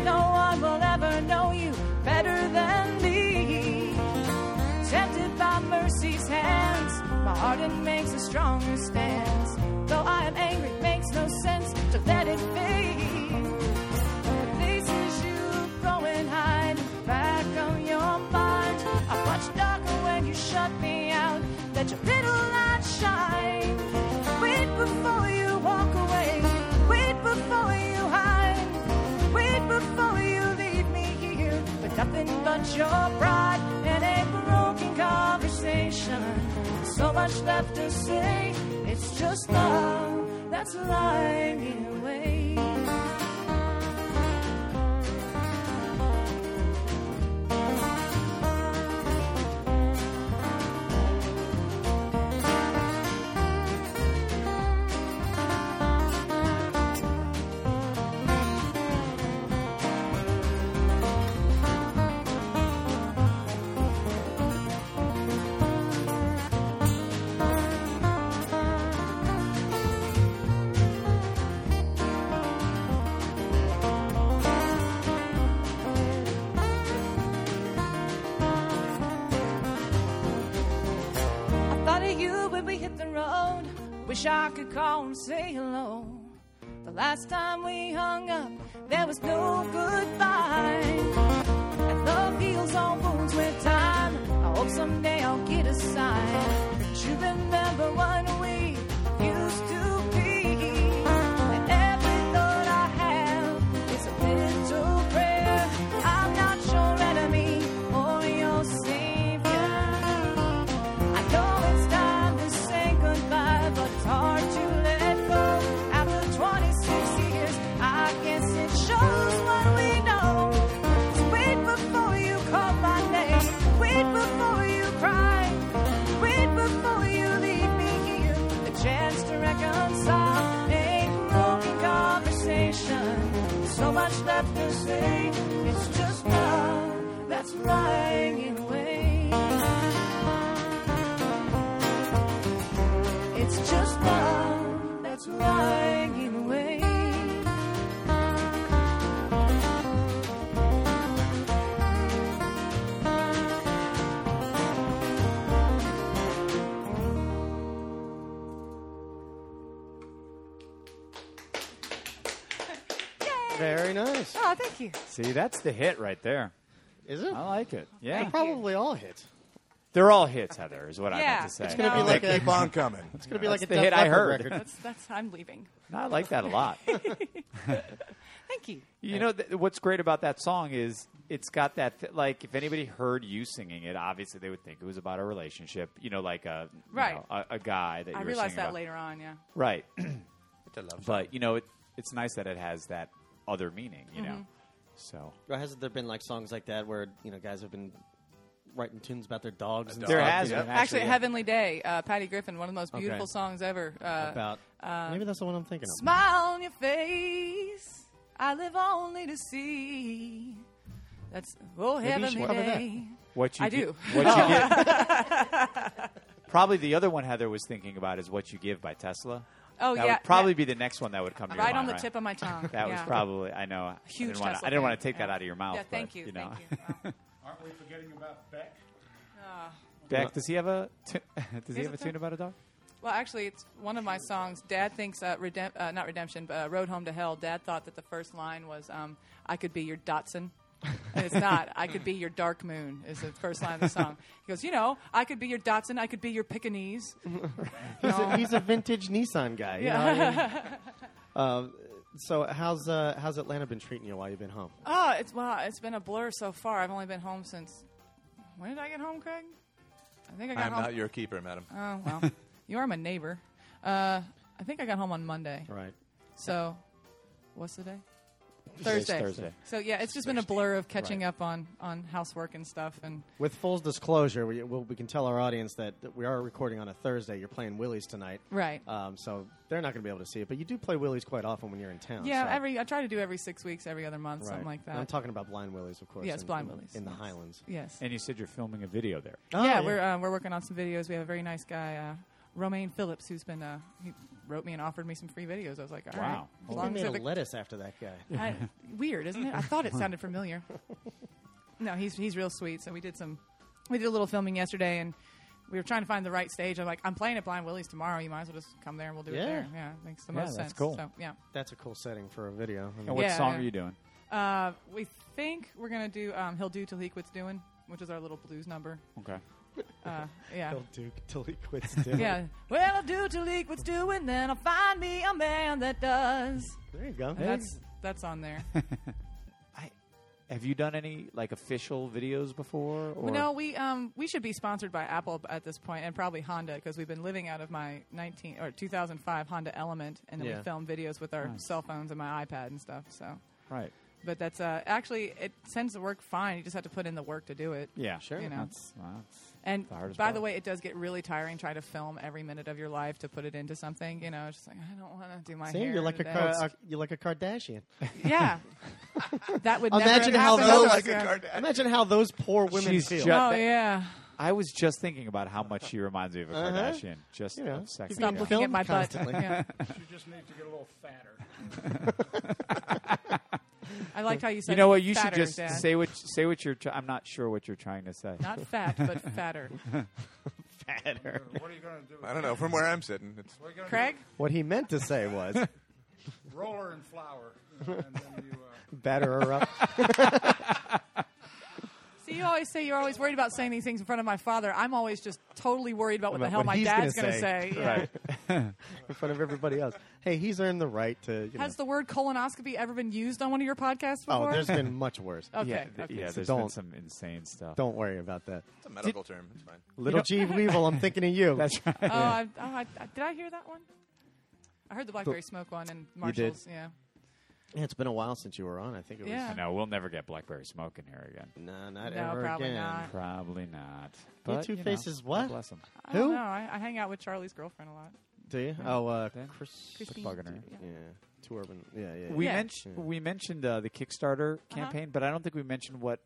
C: No one will ever know you better than me tempted by mercy's hands. My heart it makes a stronger stance. Though I am angry, it makes no sense to let it be. The places you go and hide in the back of your mind are much darker when you shut me out. Let your little light shine. Wait before you walk away. Wait before you hide. Wait before you leave me here with nothing but your pride and a broken conversation. So much left to say. It's just love that's lying in wait.
G: wish I could call and say hello. The last time we hung up, there was no goodbye. And love heals all wounds with time. I hope someday I'll get a sign. But you remember what we used to be. And every thought I have is a little prayer. I'm not your enemy or your savior. I know it's time to say goodbye, but it's hard to let go. After 26 years, I guess it shows what we know. So wait before you call my name. Wait before you cry. Wait before you leave me here. The chance to reconcile ain't broken conversation. So much left to say. It's just love that's lying in wait. It's just love that's lying in wait.
D: Very nice.
C: Oh, thank you.
E: See, that's the hit right there.
D: Is it?
E: I like it. Yeah,
D: Probably all hit.
E: they're all hits, Heather. Is what I
C: Yeah.
E: meant to say.
C: It's
D: It's gonna be like a.
J: Keep on coming.
D: It's gonna be like a
E: the
D: Def
E: hit I
D: Leppard
E: heard.
D: record.
C: That's that's I'm leaving.
E: [laughs] No, I like that a lot.
C: Thank you.
E: You know th- what's great about that song is it's got that th- like if anybody heard you singing it, obviously they would think it was about a relationship. You know, like a you
C: Right.
E: know, a, a guy that
C: I
E: you were
C: realized
E: singing
C: that
E: about.
C: later on. Yeah. [clears throat]
E: right? [clears throat] but you know, it, it's nice that it has that other meaning. You know,
C: Mm-hmm.
E: so
D: Or has there been like songs like that where you know guys have been writing tunes about their dogs? And
E: there
D: stuff?
E: has
J: yeah.
E: been
C: Actually,
E: yeah.
C: Heavenly Day, uh, Patty Griffin, one of the most beautiful
E: Okay.
C: songs ever. Uh,
D: about. Um, maybe that's the one I'm thinking of.
C: Smile on your face. I live only to see. That's oh
D: Maybe you
C: heavenly
D: should cover
C: day.
E: what you
C: I
E: gi-
C: do.
E: What you give? [laughs] Probably the other one Heather was thinking about is "What You Give" by Tesla.
C: Oh,
E: that
C: yeah.
E: would probably be the next one that would come to your
C: Right on
E: mind,
C: the tip of my tongue.
E: [laughs] That was
C: Yeah.
E: probably I know.
C: [laughs] Huge
E: I didn't wanna-
C: Tesla
E: I didn't want
C: fan.
E: to take that
C: Yeah.
E: out of your mouth.
C: Yeah, thank
E: but,
C: you.
E: you know.
C: Thank you. Uh, Wow.
H: Aren't we forgetting about Beck?
E: Beck, [laughs] does he have a tu- does he
C: Here's
E: have
C: the
E: a tune
C: thing.
E: about a dog?
C: Well, actually, it's one of my songs. Dad thinks uh, redemp- uh, not redemption, but uh, road home to hell. Dad thought that the first line was um, "I could be your Datsun." and it's not. I could be your dark moon is the first line of the song.
E: [laughs]
C: He goes, you know, I could be your Datsun. I could be your Pekingese.
D: He's, a, he's a vintage Nissan guy. You know what I mean? [laughs] Um, so how's uh, how's Atlanta been treating you while you've been home?
C: Oh, it's well, it's been a blur so far. I've only been home since when did I get home, Craig? I think I got
F: I'm
C: home.
F: not your keeper, madam.
C: oh
F: [laughs]
C: well, you are my neighbor. Uh, I think I got home on Monday.
D: Right.
C: So, what's the day?
E: Today's
C: Thursday.
E: Thursday.
C: So yeah, it's just been a blur of catching up on on housework and stuff. And
D: With full disclosure, we, well, we can tell our audience that we are recording on a Thursday. You're playing Willie's tonight,
C: Right.
D: Um, so they're not going to be able to see it, but you do play Willie's quite often when you're in town.
C: yeah,
D: so-
C: every I try to do every six weeks, every other month,
D: right.
C: something like that.
D: I'm talking about Blind Willie's, of course.
C: Yes,
D: in-
C: Blind
D: in-
C: Willie's.
D: in the
C: Yes.
D: Highlands.
C: yes.
E: And you said you're filming a video there.
D: Oh,
C: yeah, we're uh, we're working on some videos. We have a very nice guy, uh, Romaine Phillips, who's been uh, he wrote me and offered me some free videos. I was like, all right,
E: Wow.
C: as
D: I
C: long as
D: made
C: I
D: a
C: have a-
D: lettuce after that guy.
C: [laughs] I- weird, isn't it? I thought it sounded familiar. No, he's he's real sweet. So we did some, we did a little filming yesterday, and we were trying to find the right stage. I'm like, I'm playing at Blind Willie's tomorrow. You might as well just come there and we'll do
D: Yeah.
C: it there. Yeah, it makes the
E: Yeah,
C: most
E: that's
C: sense.
E: cool.
C: So yeah,
D: That's a cool setting for a video. I mean,
E: And what
C: Oh, Yeah,
E: song
C: yeah.
E: are you doing?
C: uh, we think we're gonna do um, "He'll Do Till He Quits Doing," which is our little blues number.
E: Okay.
C: Uh, yeah.
D: Bill Duke till he quits. doing it.
C: Yeah. Well, I'll do till he quits doing, then I'll find me a man that does.
D: There you go.
C: And that's that's on there.
E: I, have you done any like official videos before? [laughs] Or?
C: Well, no, we um we should be sponsored by Apple at this point, and probably Honda because we've been living out of my 19 or 2005 Honda Element, and then
D: Yeah.
C: we film videos with our cell phones and my iPad and stuff. So,
E: Right.
C: but that's uh actually it tends to work fine. You just have to put in the work to do it.
E: Yeah.
D: Sure.
C: You know.
E: That's, that's
C: And
E: The hardest
C: by
E: part.
C: the way, it does get really tiring trying to film every minute of your life to put it into something. You know, it's just like I don't want to do my
D: See,
C: hair.
D: you're like a,
C: today.
D: Kar- a you're like a Kardashian.
C: yeah. that would
D: Imagine
C: never
D: how
C: happen
D: those-
C: otherwise,
D: Like a
C: yeah.
D: Imagine how those poor women
E: She's
D: feel.
E: ju-
C: Oh
E: that-
C: yeah.
E: I was just thinking about how much she reminds me of a
D: Uh-huh.
E: Kardashian. Just
D: You know,
E: of sex.
D: you've been
C: Stop
E: appeal.
C: looking at my
D: filmed constantly.
C: butt. Yeah.
H: She just needs to get a little
C: [laughs]
H: fatter.
C: I liked how you said.
E: You know what? You should
C: fatter,
E: just
C: Dad.
E: say what say what you're. Tr- I'm not sure what you're trying to say.
C: Not fat, but fatter.
D: at her.
H: What are you going to do?
F: I don't know. From where I'm sitting, it's
H: What are you gonna
C: Craig?
D: What he meant to say was,
E: [laughs]
H: do? roller and flour, you know, and then you. Uh,
D: batter her up.
C: See, you always say you're always worried about saying these things in front of my father. I'm always just totally worried about what the
D: About
C: hell
D: what
C: my
D: he's
C: dad's
D: gonna
C: going to say.
D: say.
C: Yeah.
E: Right.
D: in front of everybody else. Hey, he's earned the right to. You
C: Has
D: know,
C: the word colonoscopy ever been used on one of your podcasts before?
D: oh,
C: [laughs]
D: there's been much worse.
C: okay.
E: Yeah, th-
C: okay.
E: yeah.
D: So
E: There's been
D: don't-
E: some insane stuff.
D: Don't worry about that.
F: It's a medical term. It's fine.
D: Little G Weevil, I'm thinking of
C: [laughs]
D: you.
E: That's right.
C: Oh, I, oh I, I- did I hear that one? I heard the blackberry smoke one and
D: did?
C: Marshalls. Yeah.
D: Yeah, it's been a while since you were on. I think it was.
C: Yeah.
E: No, we'll never get blackberry smoke in here again.
D: No, not
C: No,
D: ever
C: probably
D: again.
C: not.
E: Probably not.
D: You
E: But,
D: two
E: know,
D: faces
E: God
D: what?
E: Bless him.
C: I don't
D: Who?
C: know. I, I hang out with Charlie's girlfriend a lot.
D: Do you? Oh, uh,
E: Yeah.
D: Chris.
C: Christine.
E: Bugging
D: Yeah, too urban. Yeah, yeah.
E: We
C: Yeah. Uh-huh.
E: mentioned we mentioned uh, the Kickstarter campaign, but I don't think we mentioned what.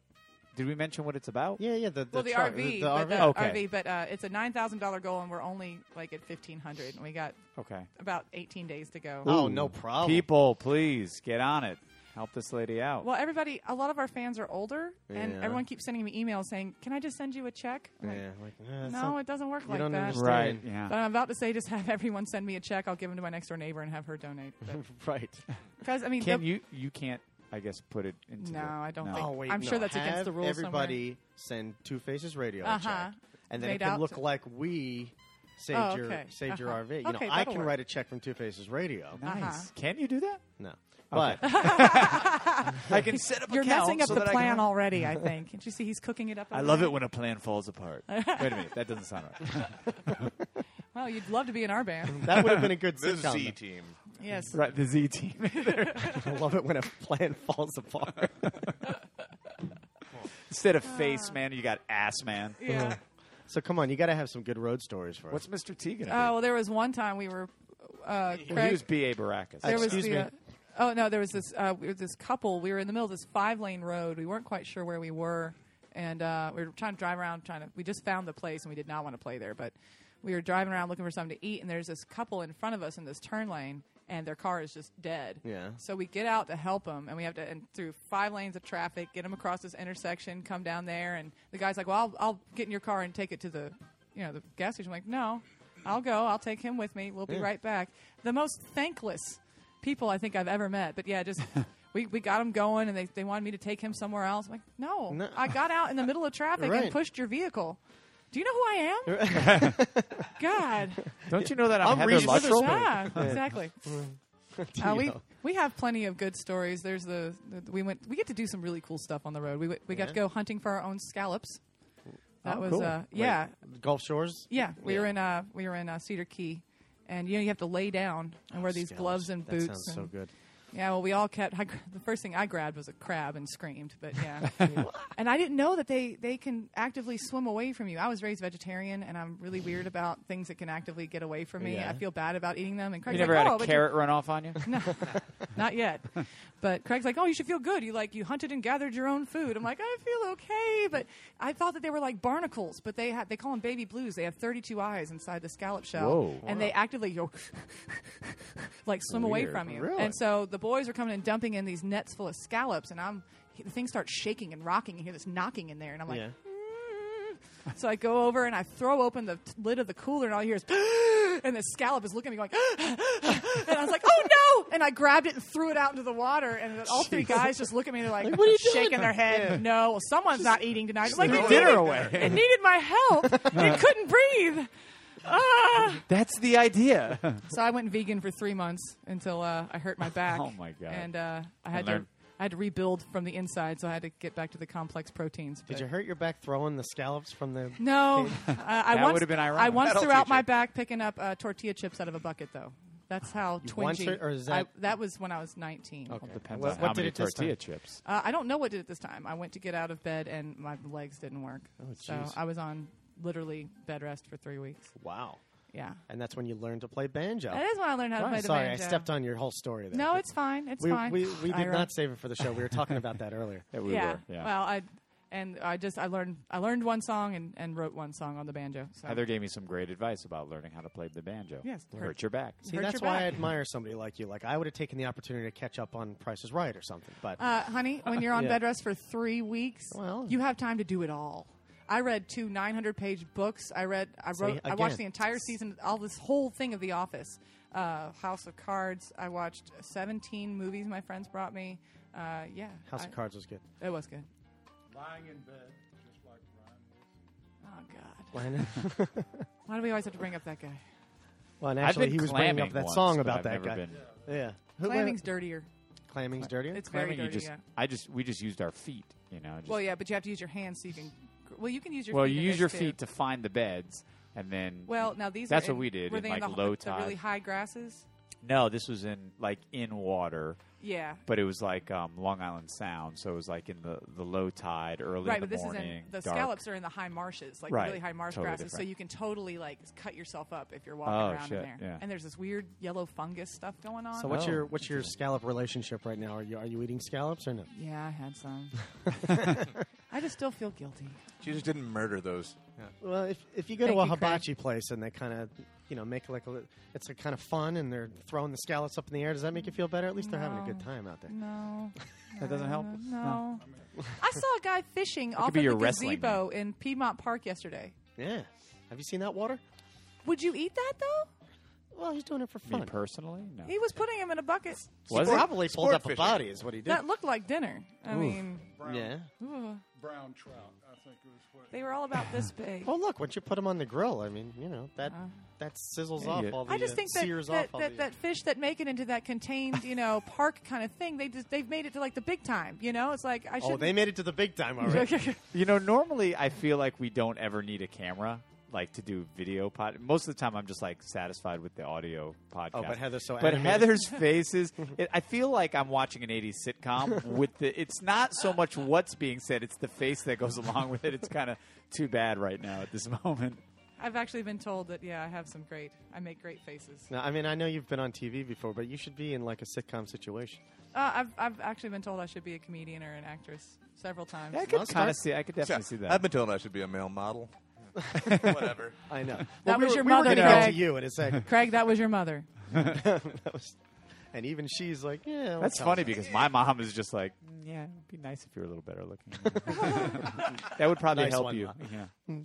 E: Did we mention what it's about?
D: yeah, yeah. The, the
C: Well, the
D: truck-
C: RV,
D: the, the
C: but
D: RV.
C: the
E: Okay.
C: RV, but uh, it's a nine thousand dollar goal, and we're only like at fifteen hundred, and we got
E: Okay.
C: about eighteen days to go.
D: Oh, no problem.
E: People, please get on it. Help this lady out.
C: Well, everybody, a lot of our fans are older, and
D: Yeah.
C: everyone keeps sending me emails saying, "Can I just send you a check?" I'm like,
D: Yeah, like, eh, it's
C: no,
D: not-
C: it doesn't work
D: you
C: like
D: don't
C: that.
D: understand.
E: right.
D: Stan.
E: Yeah. [laughs]
C: But I'm about to say, just have everyone send me a check. I'll give them to my next door neighbor and have her donate. [laughs]
D: right.
C: Because I mean,
E: Can
C: the-
E: you? You can't. I guess put it into.
C: No,
E: the-
C: I don't think-
D: Oh wait,
C: I'm
D: no.
C: sure that's against
D: Have
C: the rules
D: Everybody send Two Faces Radio a
C: Uh-huh.
D: check, and then
C: Made
D: it can
C: out
D: look
C: to-
D: like we saved
C: Oh,
D: your
C: okay.
D: saved your
C: Uh-huh.
D: RV. You
C: Okay,
D: know, I
C: that'll
D: can
C: work.
D: write a check from Two Faces Radio.
E: Nice.
C: Uh-huh.
E: Can you do that?
D: No, but
E: I can set up.
C: you're
E: account
C: messing up
E: so
C: the
E: that I can
C: plan
E: have-
C: already.
E: [laughs]
C: I think. Can't you see he's cooking it up?
E: I love it when a plan
C: [laughs]
E: falls apart. Wait a minute, that doesn't sound right. [laughs]
C: Well, you'd love to be in our band.
D: that would have been
C: [laughs]
D: a good
F: The
D: sitcom.
F: Z team.
C: yes.
E: right, the Z team.
C: [laughs]
D: I love it when a plan [laughs] falls apart.
E: Instead of face man, you got ass man.
C: Uh. Yeah.
D: so come on, you got to have some good road stories for us.
E: What's Mr. T gonna do?
C: Oh well, there was one time we were. Uh, Craig,
E: Well, he was B.A. Baracus.
C: there was
D: Excuse
C: the,
D: me.
C: uh, oh no, there was this uh, we were this couple. We were in the middle of this five lane road. We weren't quite sure where we were, and uh, we were trying to drive around. Trying to, we just found the place, and we did not want to play there, but we were driving around looking for something to eat. And there's this couple in front of us in this turn lane, and their car is just dead.
D: Yeah.
C: So we get out to help them, and we have to and through five lanes of traffic, get them across this intersection, come down there, and the guy's like, "Well, I'll, I'll get in your car and take it to the, you know, the gas station." I'm like, "No, I'll go. I'll take him with me. We'll be right back." The most thankless people I think I've ever met. But
D: [laughs]
C: yeah, just we, we got them going, and they, they wanted me to take him somewhere else. I'm like, "No,
D: No.
C: I got out in the middle of traffic
D: Right.
C: and pushed your vehicle." Do you know who I am? [laughs]
D: [laughs]
C: God.
E: Don't you know that
D: I'm
E: I'm, Heather
D: reading this
E: Luttrell?
D: stuff.
C: Yeah,
D: [laughs]
C: exactly.
D: Do
C: Uh,
D: you
C: we
D: know?
C: we have plenty of good stories. There's the, the we went we get to do some really cool stuff on the road. We went- we got to
D: Yeah.
C: go hunting for our own scallops. That
E: Oh,
C: was
E: cool.
C: uh,
E: Wait.
C: yeah
D: Gulf Shores.
C: yeah. We
D: Yeah.
C: were in uh we were in uh, Cedar Key, and you know you have to lay down and wear these
D: Scallops.
C: gloves and boots.
D: That sounds so
C: and-
D: good.
C: Yeah, well, we all kept. I, gra- the first thing I grabbed was a crab and screamed, but
E: [laughs]
C: yeah. and I didn't know that they they can actively swim away from you. I was raised vegetarian, and I'm really weird about things that can actively get away from me.
D: Yeah.
C: I feel bad about eating them. And
E: You
C: Craig's
E: never
C: like,
E: had
C: "Oh,
E: a
C: but you-
E: carrot run
C: [laughs]
E: off on you?
C: not yet. But Craig's like, "Oh, you should feel good. You like you hunted and gathered your own food." I'm like, "I feel okay," but I thought that they were like barnacles, but they have, they call them baby blues. They have 32 eyes inside the scallop shell,
E: Whoa.
C: and they actively go [laughs] like swim away
E: Weird.
C: from you.
D: Really?
C: And so the boys are coming and dumping in these nets full of scallops, and I'm the thing starts shaking and rocking. and hear this knocking in there, and I'm like,
D: Yeah.
C: so I go over and I throw open the t- lid of the cooler, and all I hear is, [gasps] and the scallop is looking at me going, [gasps] and I was like, oh no! And I grabbed it and threw it out into the water, and then all three guys just look at me and they're like,
D: what are you
C: shaking
D: doing?
C: their head. No, well, someone's not eating tonight. I'm like,
E: throw
C: it
E: it
C: needed,
E: dinner away.
C: It needed my help. it couldn't breathe. Ah.
E: That's
D: [laughs]
E: the idea.
C: So I went vegan for three months until uh, I hurt my back.
E: Oh, my God.
C: And uh, I had to.
E: learn-
C: I had to rebuild from the inside, so I had to get back to the complex proteins.
D: Did
C: but-
D: you hurt your back throwing the scallops
C: [laughs]
D: from the?
C: no, uh, I
E: That
C: once,
E: would've been
C: I
E: ironic.
C: once
F: That'll
C: threw out
F: teach
C: my
F: you.
C: back picking up uh, tortilla chips out of a bucket, though. That's how twingy.
D: once hurt- or is
C: I-
D: that-
C: that was when I was 19.
E: Depends
D: What-
E: on
D: what
E: how
D: did
E: many
D: it this
E: tortilla
D: time?
E: chips.
C: Uh, I don't know what did it this time. I went to get out of bed and my legs didn't work, so
D: jeez.
C: I was on literally bed rest for three weeks.
D: Wow.
C: Yeah,
D: And that's when you learned to play banjo.
C: that is when I learned how to play the
D: Sorry,
C: banjo.
D: I stepped on your whole story there.
C: No, it's fine. It's
D: we,
C: fine.
D: we we did
C: Ira.
D: not save it for the show. We were talking about
C: [laughs]
D: that earlier.
E: That we
C: yeah.
E: were. Yeah.
C: Well, I and I just I learned I learned one song and, and wrote one song on the banjo.
D: Um,
C: So
E: Heather gave me some great advice about learning how to play the banjo.
C: Yes,
E: Hurt,
C: hurt-
E: your back.
D: See,
C: Hurt
D: that's
C: your
D: why I
C: back.
D: admire somebody like you. Like I would have taken the opportunity to catch up on Price is Right or something. But
E: [laughs]
C: Uh, honey, when you're on
D: Yeah.
C: bed rest for three weeks,
D: Well-
C: you have time to do it all. I read two 900 page books. I read, I
D: See,
C: wrote, I watched
D: again.
C: the entire season, all this whole thing of The Office, uh, House of Cards. I watched 17 movies my friends brought me. Uh, yeah,
D: House
C: I-
D: of Cards was good.
C: It was good.
H: Lying in bed, just like Ryan Wilson.
C: Oh God, [laughs]
D: Why not?
C: why do we always have to bring up that guy?
D: well, and
E: I've
D: actually,
E: been
D: he was bringing up
E: clamming
D: that
E: once,
D: song
E: but
D: about
E: I've
D: that
E: never
D: guy.
E: been-
D: Yeah. Who-
C: Clamming's dirtier.
D: Clamming's dirtier.
C: It's very
E: Clamming,
C: dirty.
E: you just,
C: yeah.
E: I just, we just used our feet. You know, just-
C: Well, yeah, but you have to use your hands so you can. Well, you can use your.
E: Well,
C: feet
E: you
C: in
E: use
C: this,
E: your
C: too.
E: feet to find the beds, and then
C: Well, now these.
E: That's
C: are in,
E: what we did
C: Were
E: in,
C: they
E: like,
C: the,
E: low
C: the really
E: tide.
C: high grasses?
E: no, this was in like in water,
C: Yeah.
E: but it was like um, Long Island Sound, so it was like in the, the low tide early
C: Right,
E: in the
C: but this
E: morning.
C: is in the
E: dark.
C: scallops are in the high marshes, like
E: Right,
C: really high marsh
E: totally
C: grasses, so
E: different.
C: you can totally like cut yourself up if you're walking
E: Oh,
C: around
E: shit,
C: in there.
E: yeah.
C: And there's this weird yellow fungus stuff going on.
D: So what's
E: Oh,
D: your what's your scallop relationship right now? Are you are you eating scallops or no?
C: yeah, I had
E: [laughs]
C: some. [laughs] I just still feel guilty.
F: She just didn't murder those.
D: Well, if if you go to
C: Thank
D: a
C: you, Craig.
D: hibachi place and they kind of you know make like a, li- it's a kind of fun and they're throwing the scallops up in the air, does that make you feel better? At least they're having a
C: No.
D: good time out there.
C: No,
E: That doesn't [laughs] help.
C: no. I saw a guy fishing off
E: be
C: of
E: your
C: the
E: wrestling
C: gazebo in Piedmont Park yesterday.
D: Yeah. Have you seen that water?
C: Would you eat that though?
D: Well, he's doing it for
E: Me
D: fun.
E: personally, no.
C: He was putting him in a bucket.
E: Was it?
D: probably pulled
F: Sport
D: up a
F: fishing.
D: body is what he did.
C: That looked like dinner. I mean,
H: Brown,
D: yeah.
H: brown trout, I think it was what.
C: they were all about
E: [laughs]
C: this big.
D: Well, look, once you put them on the grill, I mean, you know that that sizzles off
E: yeah.
D: all the
C: I just
D: uh,
C: think
D: sears
C: that that,
D: off all
C: that,
D: the,
C: that fish that make it into that contained, you
D: [laughs]
C: know, park kind of thing, they just they've made it to like the big time. You know, it's like I should.
D: Oh, they made it to the big time already.
E: You know, normally I feel like we don't ever need a camera, like to do video pod. Most of the time, I'm just like satisfied with the audio podcast.
D: Oh, but Heather's so
E: [laughs] But
D: animated. [laughs]
E: Heather's faces, it, I feel like I'm watching an '80s sitcom. with the, it's not so much what's being said; it's the face that goes along
D: [laughs]
E: with it. It's kind of too bad right now at this [laughs] moment.
C: [laughs] I've actually been told that yeah, I have some great. I make great faces.
D: Now, I mean, I know you've been on TV before, but you should be in like a sitcom situation.
C: Uh, I've I've actually been told I should be a comedian or an actress several times.
E: I could
D: Must
E: kind
D: I?
E: of see. I could
F: Yeah,
E: definitely see that.
F: I've been told I should be a male model. Whatever.
D: I [laughs] know.
C: That was
D: we
C: your
D: were,
C: mother,
D: We were gonna get to
C: Craig.
D: you in a
E: [laughs]
D: second.
C: Craig, that was your mother.
D: That was- and even she's like, yeah. we'll
E: That's
D: come
E: funny
D: back.
E: because my mom is just like, "Mm, yeah, it'd be nice if you were a little
D: [laughs]
E: better looking. that would probably
D: Nice
E: help
D: one,
E: you.
D: Mom. [laughs]
E: Yeah.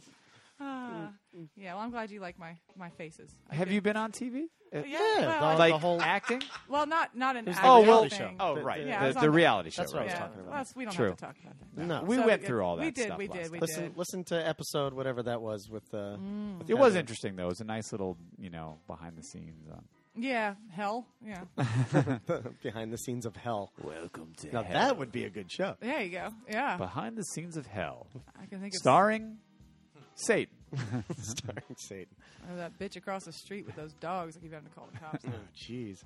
C: Ah,
E: Mm,
C: yeah, well, I'm glad you like my my faces. I
E: Have
C: do.
E: you been on TV? Uh,
C: Yeah,
D: Yeah,
C: well,
D: the-
C: I-
E: like
D: the whole-
E: [laughs] acting?
C: well, not not an
D: There's the
C: actual
D: reality
C: thing.
D: show.
E: Oh,
D: The-
E: right.
D: the-
C: Yeah, I was
E: the
C: on
E: the
C: the-
E: reality show.
D: That's what I
E: right.
D: was
C: Yeah,
D: talking about.
C: well, we don't
E: True.
C: have to talk about that.
D: No.
E: We
C: So
E: went
C: it-
E: through all that
C: we did,
E: stuff
C: we
E: last
C: did,
E: time.
C: we
D: listen,
C: did.
D: listen to episode whatever that was with. Uh,
C: Mm.
D: with
E: It was
D: Heather.
E: interesting, though. It was a nice little, you know, behind the scenes. uh, On.
C: Yeah, hell. Yeah.
D: [laughs] behind the scenes of hell.
E: Welcome to
D: Now that would be a
C: [laughs]
D: good show. [laughs]
C: There you go. Yeah.
E: Behind the scenes of hell.
C: I can think of
E: Starring Satan.
D: Starring Satan.
C: Oh, that bitch across the street with those dogs. I keep having to call the
E: [laughs]
C: cops.
D: Oh, jeez.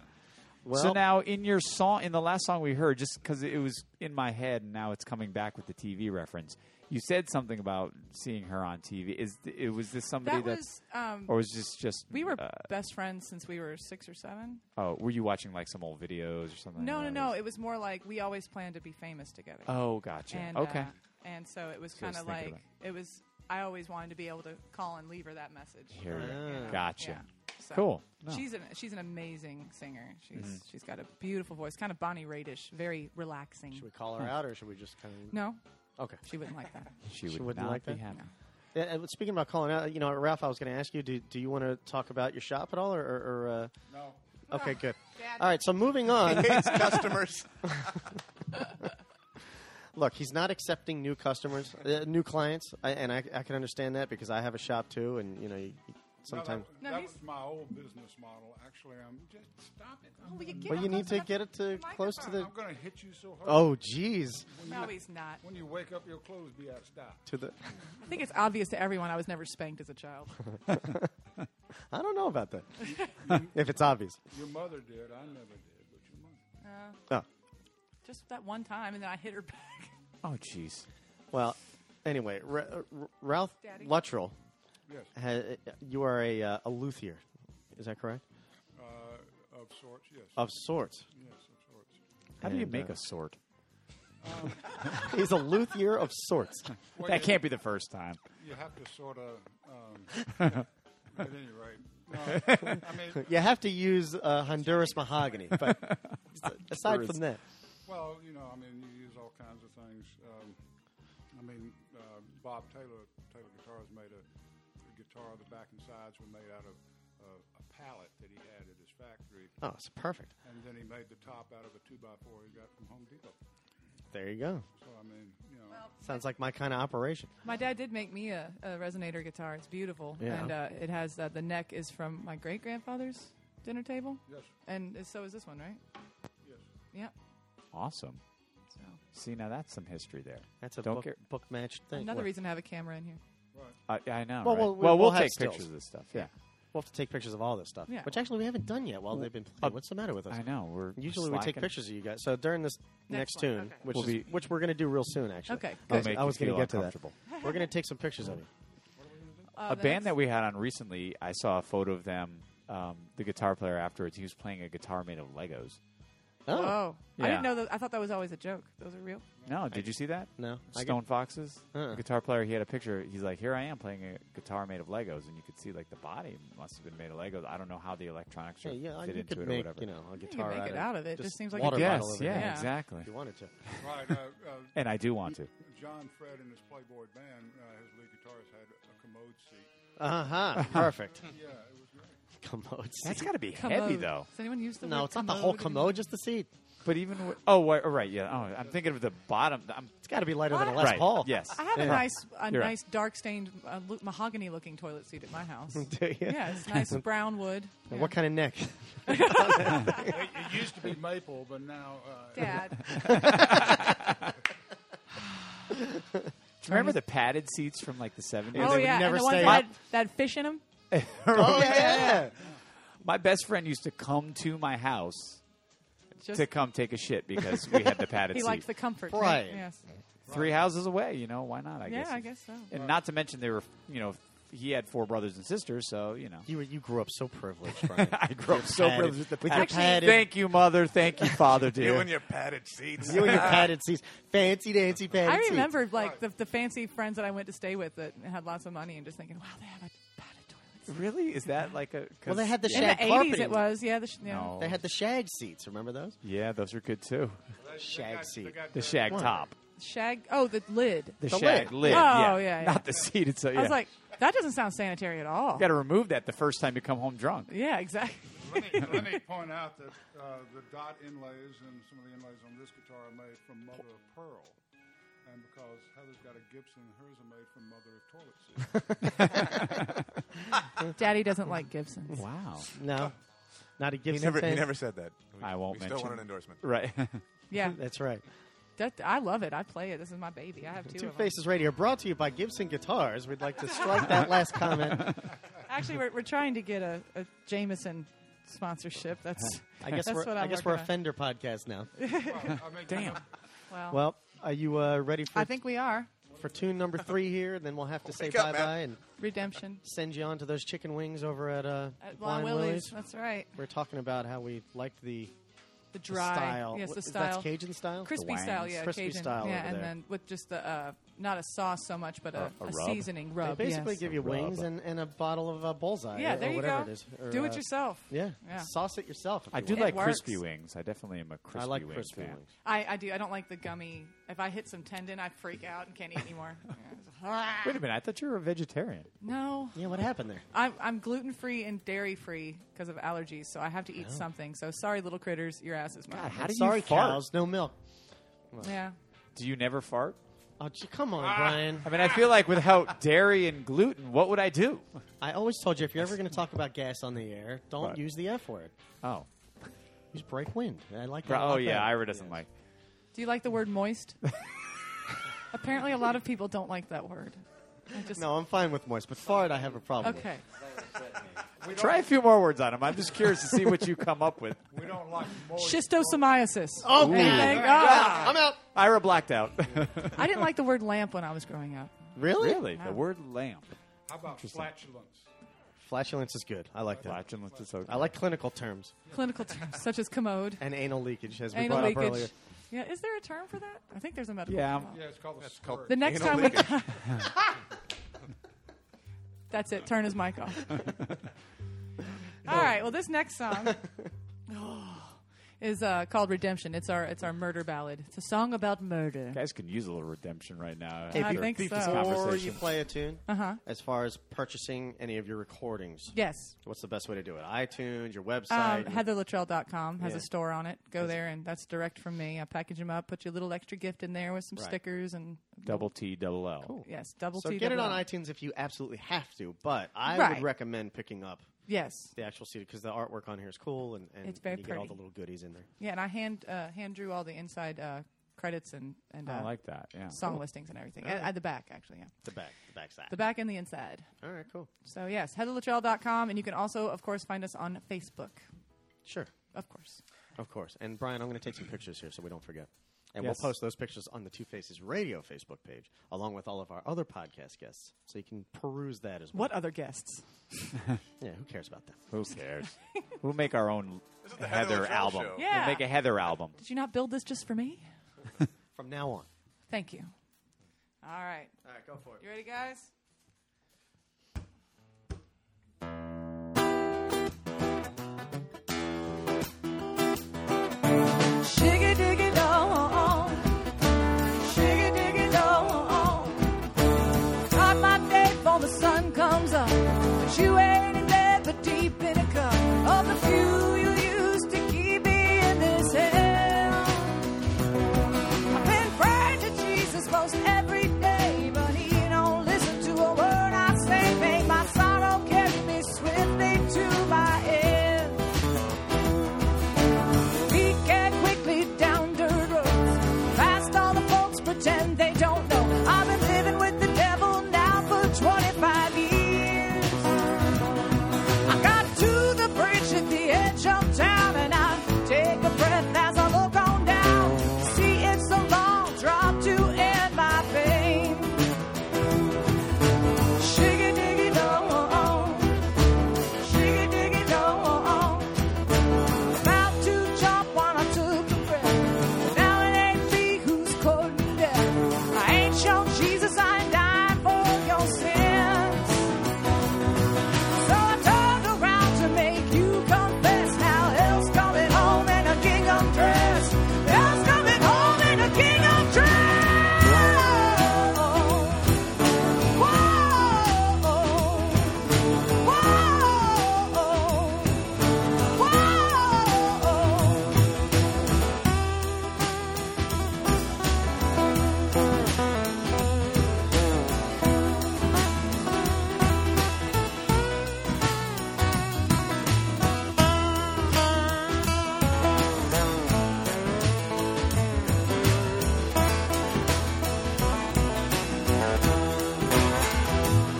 D: Well,
E: so now in your song, in the last song we heard, just because it was in my head and now it's coming back with the TV reference, you said something about seeing her on TV. Is th- it was this somebody
C: that
E: that,
C: was. Um,
E: or was this just
C: we were
E: uh,
C: best friends since we were six or seven.
E: oh, were you watching like some old videos or something?
C: No, no,
E: like that?
C: no. It was more like we always planned to be famous together.
E: Oh, gotcha.
C: and,
E: okay.
C: uh, and so it was
E: I
C: kind
E: was
C: of
E: thinking
C: like it was. I always wanted to be able to call and leave her that message.
E: Here we go.
D: Ah.
E: Gotcha.
C: Yeah. So
E: Cool. No. Mm-hmm.
C: She's an she's an amazing singer. She's she's got a beautiful voice, kind of Bonnie Raidish, very relaxing.
D: should we call her out or should we just kind of?
C: Hmm. no,
D: Okay.
C: she wouldn't like
D: [laughs]
C: that.
E: She would
D: wouldn't
E: not
D: like
E: be
D: that?
E: happy.
D: Yeah, and speaking about calling out, you know, Ralph, I was going to ask you, do, do you want to talk about your shop at all, or, or, or
H: No.
D: uh, okay, good.
C: Dad.
D: All right, so moving on.
F: Hates [laughs] customers.
D: Look, he's not accepting new customers, uh, new clients, I, and I, I can understand that because I have a shop too, and you know, you, you- sometimes.
C: No,
H: No, that, that
C: he's-
H: was my old business model. Actually, I'm just stop it. I'm
C: Well, you,
H: gonna-
C: get
D: Well,
C: up
D: you need
C: close
D: to
C: enough
D: get it to
C: the
D: close to the.
H: I'm going to hit you so hard.
D: Oh, jeez,
C: No, he's not.
H: When you wake up, your clothes be out of stock.
D: to the.
C: I think it's obvious to everyone I was never spanked as a [laughs] child.
D: I don't know about that. if it's obvious.
H: Your mother did. I never did, but your mother.
D: Oh,
C: Just that one time, and then I hit her back.
E: Oh, jeez.
D: well. Anyway, Ra- uh, R- Ralph
C: Daddy.
D: Luttrell,
H: Yes,
D: ha- you are a, uh, a luthier, is that correct?
H: uh, of sorts. Yes,
D: Of sorts.
H: yes, of sorts.
E: How do you
D: And,
E: make
D: uh,
E: a sword?
D: He's a luthier of sorts.
H: Well,
E: That
H: you-
E: can't be the first time.
H: You have to sort of. Um, at any rate, no, I mean,
D: You have to use uh, Honduras mahogany, but
C: [laughs]
D: aside from that,
H: well, you know, I mean, you use all kinds of things. Um, I mean, uh, Bob Taylor, Taylor Guitars made a, a guitar. The back and sides were made out of uh, a pallet that he had at his factory,
D: Oh, it's perfect.
H: and then he made the top out of a two by four he got from Home Depot.
D: There you go.
H: So I mean, you know,
D: Sounds like my kind of operation.
C: My dad did make me a, a resonator guitar. It's beautiful,
D: Yeah.
C: and uh, it has uh, the neck is from my great grandfather's dinner table.
H: Yes.
C: and so is this one, right?
H: yes.
C: Yeah.
E: Awesome.
C: So
E: See, now that's some history there.
D: That's a
E: Don't
D: book,
E: care-
D: book matched thing.
C: another
D: We'll-
C: reason to have a camera in here.
E: I, I know.
D: Well,
E: right?
D: we'll-
E: well,
D: we-
E: we'll,
D: we'll have
E: take
D: stills.
E: pictures of this stuff. Yeah,
D: We'll have to take pictures of all this stuff,
C: Yeah.
D: which actually we haven't done yet while they've been playing. What's the matter with us?
E: uh, I know. We're
D: Usually we take
E: slacking.
D: pictures of you guys. So during this next,
C: Next one,
D: tune,
C: okay.
D: which
E: We'll
D: is,
E: be-
D: which we're going to do real soon, actually.
C: Okay,
E: I'll
D: Guys,
E: make
D: I
E: you
D: was going
E: feel
D: to get to that.
E: uncomfortable.
D: We're going to take some pictures of you.
C: Uh,
E: a
C: the
E: band
C: next-
E: that we had on recently, I saw a photo of them. Um, the guitar player afterwards, he was playing a guitar made of Legos.
D: Oh,
C: [laughs] Oh,
E: Yeah.
C: I didn't know that. I thought that was always a joke. Those are real.
E: No, did you see that?
D: no, I
E: Stone Foxes.
D: Uh-uh.
E: The guitar player, he had a picture. He's like, "Here I am playing a guitar made of Legos," and you could see like the body must have been made of Legos. I don't know how the electronics
D: yeah,
E: are
D: yeah,
E: fit
D: you
E: into
D: could
E: it
D: make
E: or whatever.
D: you know a
C: You can
D: guitar
C: make it out of it. It
D: just
C: just seems like
D: water
C: a
E: yes,
C: [laughs]
D: bottle over
E: yeah,
D: there.
C: Yeah.
E: exactly.
D: If you wanted to.
H: Right. Uh, uh,
E: And I do want to.
H: John Fred and his Playboy band, uh, his lead guitarist had a commode seat.
D: Uh huh. Perfect.
E: [laughs]
H: Yeah, it was great.
D: commode.
E: That's
D: seat.
E: got to be heavy
C: Commode.
E: though.
C: Does anyone use the
D: no,
C: word
D: it's not the whole
C: anymore?
D: commode, just the seat.
E: But even wi- oh wait, oh, right, yeah. Oh, I'm thinking of the bottom. I'm
D: It's got to be lighter than a
C: What?
D: Les
E: right.
D: Paul.
E: Yes.
D: [laughs]
C: I have a
E: Yeah.
C: nice, a
E: You're right.
C: nice dark stained uh, mahogany looking toilet seat at my
E: [laughs]
C: house.
D: Do you?
C: yeah, it's nice brown wood.
D: And What kind
C: [laughs]
D: of neck?
H: It, it used to be maple, but now uh,
C: Dad,
E: Remember the padded seats from like the 70s?
C: oh
D: would
C: yeah,
D: never
C: and the ones
D: stay
C: that had, that had fish in them.
D: oh yeah.
E: My best friend used to come to my house
C: Just
E: to come take a shit because we had the
C: [laughs]
E: padded
C: he
E: seat.
C: liked the comfort.
D: Right.
C: Yes.
E: Three houses away, you know, why not? I
C: yeah,
E: guess.
C: I guess so.
E: And not to mention they were, you know, he had four brothers and sisters, so,
D: [laughs]
E: you know.
D: [laughs] You were, you grew up so privileged, Brian.
E: I grew up so
D: padded-
E: privileged with the
D: with your
E: padded.
D: padded-
E: Thank you, mother. Thank you,
D: [laughs]
E: father,
F: You
E: dear.
F: and your padded seats.
D: you and your padded seats, fancy dancy padded
C: I
D: seats.
C: remember like the, the fancy friends that I went to stay with that had lots of money and just thinking, wow, they have a padded toilet seat.
E: really? Is that like a. 'cause-
D: Well, they had the
C: In
D: shag
C: the
D: carpeting.
C: eighties, it was yeah. The sh- yeah.
E: No.
D: They had the shag seats. Remember those?
E: Yeah, those are good too.
D: Shag seat.
E: The shag top.
C: shag. Oh, the lid.
E: The,
D: The
E: shag
D: lid.
E: lid.
C: Oh,
E: yeah.
C: yeah, yeah.
E: Not the seat. It's a, yeah.
C: I was like, that doesn't sound sanitary at all.
E: you got to remove that the first time you come home drunk.
C: Yeah, exactly. [laughs]
H: let, me, let me point out that uh, the dot inlays and some of the inlays on this guitar are made from mother of pearl. And because Heather's got a Gibson, hers are made from mother of toilet seat.
C: Daddy doesn't like Gibsons.
E: Wow.
D: No, not a
F: He
D: Gibson
F: never,
D: fan.
F: he never said that. We,
E: I won't
F: We still want
E: mention.
F: an endorsement.
E: Right.
C: Yeah,
D: [laughs] That's right.
C: that, I love it. I play it. This is my baby. I have two,
D: Two
C: of them.
D: Faces Radio, brought to you by Gibson Guitars. We'd like to strike that
C: [laughs]
D: last comment.
C: Actually, we're, we're trying to get a, a Jameson sponsorship. That's
D: I guess
C: That's
D: we're
C: what
D: I
C: I'm
D: guess we're a
C: working
D: Fender podcast now.
H: Well, I mean,
E: Damn.
C: well.
D: Well, are you uh, ready for
C: I think we are
D: for tune
F: [laughs]
D: number three here? And then we'll have to say
F: Wake up,
D: bye bye and [laughs]
C: redemption
D: send you on to those chicken wings over at uh,
C: at Blind
D: Blind
C: Willie's.
D: Willie's.
C: That's right.
D: We're talking about how we liked the
C: The
D: the
C: dry,
D: style.
C: yes, the
D: Is
C: style,
D: That's Cajun style.
C: crispy
E: The
C: style,
E: wangs.
C: yeah,
D: Crispy
C: Cajun,
D: style
C: yeah,
D: over
C: and
D: there.
C: then with just the uh, not a sauce so much, but a,
E: A- a
C: a
E: rub.
C: seasoning
D: They
C: rub.
D: basically
C: yes.
D: give you
E: Rub.
D: wings and, and a bottle of uh, bullseye.
C: yeah,
D: or,
C: there
D: or
C: you
D: whatever
C: go.
D: It is, or,
C: Do it
D: uh,
C: yourself.
D: Yeah.
C: Yeah.
D: sauce it yourself. if
E: I
D: you
E: do
D: want.
E: like
C: works.
E: crispy wings. I definitely am a crispy
D: I like
E: wings
D: crispy
E: fan.
D: wings.
C: I, I do. I don't like the gummy. If I hit some tendon, I freak out and can't eat
D: [laughs]
C: anymore. Yeah.
E: Wait a minute. I thought you were a vegetarian.
C: no,
D: Yeah, what happened there?
C: I'm, I'm gluten free and dairy free because of allergies, so I have
D: Oh.
C: to eat something. So sorry, little critters, your ass is mine.
E: God, how do
D: Sorry,
E: you fart?
D: cows, no milk.
C: Yeah.
E: Do you never fart?
D: Oh, gee, come
F: Ah.
D: on, Brian.
E: I mean, I feel like without [laughs] dairy and gluten, what would I do?
D: I always told you if you're ever going to talk about gas on the air, don't
E: Right.
D: use the F word.
E: Oh,
D: Use break wind. I like that. a
E: oh
D: lot
E: yeah,
D: better.
E: Ira doesn't like.
C: Do you like the word moist? [laughs] Apparently, a lot of people don't like that word. I just
D: No, I'm fine with moist, but fart I have a problem.
C: okay.
E: Try a few more words on him. I'm just curious to see what you come
D: [laughs]
E: up with.
H: we don't like moist.
C: Schistosomiasis.
D: Oh,
C: And thank God.
D: I'm out.
E: Ira blacked [laughs] out.
C: I didn't like the word lamp when I was growing up.
D: Really?
E: The word lamp.
H: How about flatulence?
D: Flatulence is good. I like that.
E: Flatulence is okay.
D: I like clinical terms
C: Clinical terms such as commode,
D: and anal leakage, as we
C: anal
D: brought
C: leakage.
D: up earlier.
C: Yeah, is there a term for that? I think there's a medical.
E: Yeah,
C: term.
E: I'm-
H: Yeah, it's called a That's
F: called-
C: The next time we.
F: leakage.
C: That's it. Turn his mic
D: [laughs]
C: off. All right. Well, this next song [gasps] is uh, called Redemption. It's our it's our murder ballad. It's a song about murder.
E: Guys can use a little redemption right now.
C: I
E: after
C: think
E: this
C: so. Or
E: conversation.
D: Before you play a tune, uh-huh. as far as purchasing any of your recordings,
C: Yes.
D: what's the best way to do it? iTunes, your
C: Um,
D: website,
C: HeatherLatrell.com has
D: Yeah.
C: a store on it. Go there, and that's direct from me. I package them up, put your little extra gift in there with some
D: Right.
C: stickers, and
E: Double T, double L.
C: yes, double
D: So
C: T,
D: get it
C: double
D: on
C: L.
D: iTunes if you absolutely have to, but I
C: Right.
D: would recommend picking up
C: Yes,
D: the actual CD because the artwork on here is cool and, and
C: It's very
D: you get all
C: pretty.
D: the little goodies in there.
C: yeah, and I hand uh, hand drew all the inside uh, credits and and uh,
E: I like that. Yeah.
C: song listings and everything Uh, at, at the back, actually, yeah,
D: The back, the back side.
C: the back and the inside.
D: All right, cool.
C: So yes, HeatherLatrell.com, and you can also, of course, find us on Facebook,
D: Sure,
C: of course.
D: of course. And Brian, I'm going to take some pictures here so we don't forget. And
E: Yes.
D: we'll post those pictures on the Two Faces Radio Facebook page, along with all of our other podcast guests, so you can peruse that as well.
C: What other guests?
D: Yeah, who cares about that?
E: Who cares? we'll make our own
F: the Heather
E: Heather
F: Latrell
E: album.
F: show.
C: Yeah.
E: We'll make a Heather album.
C: Did you not build this just for me?
D: From now on.
C: Thank you. All right,
D: All right, go for
C: you ready, guys?
D: [laughs]
G: Shiggy diggy dong, shiggy diggy dong. Start my day before the sun comes up. But you ain't in bed, but deep in a cup of the few you used to keep in this hell. I've been praying to Jesus most every day, but he don't listen to a word I say. Make my sorrow carry me swiftly to my end. We get quickly down dirt roads. Fast all the folks pretend they don't know. I've been living with the devil now for 25 years. I got to the bridge at the edge of town and I take a breath as I look on down. See, it's a long drop to end my pain. Shiggy diggy dong, shiggy diggy dong. About to jump when I took a breath. Now it ain't me who's cold to death. I ain't your Jesus, I ain't dying for your sins. So I turned around to make you confess. Now hell's coming home in a gingham dress. Hell's coming home in a gingham dress. Whoa, whoa. Whoa!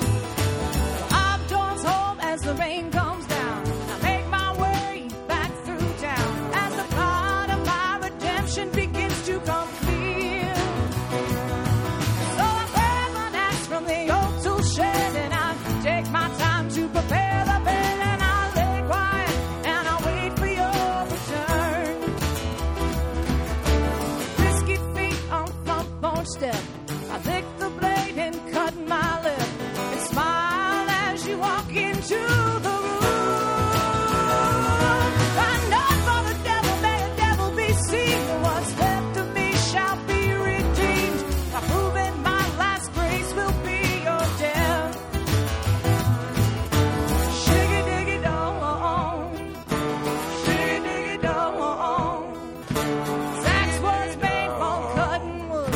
G: I'm towards home as the rain comes down. I make my way back through town as the part of my redemption begins to come clear. So I grab an axe from the old tool shed and I take my time to prepare the bed and I lay quiet and I wait for your return. Risky feet on front porch step. I lick the blade and cut my lip and smile as you walk into the room. I know for the devil may the devil be seen. What's left of me shall be redeemed. By proving my last grace will be your death. Shiggy diggy dong, oh, shiggy diggy dong. oh, Sax was made from cotton wood.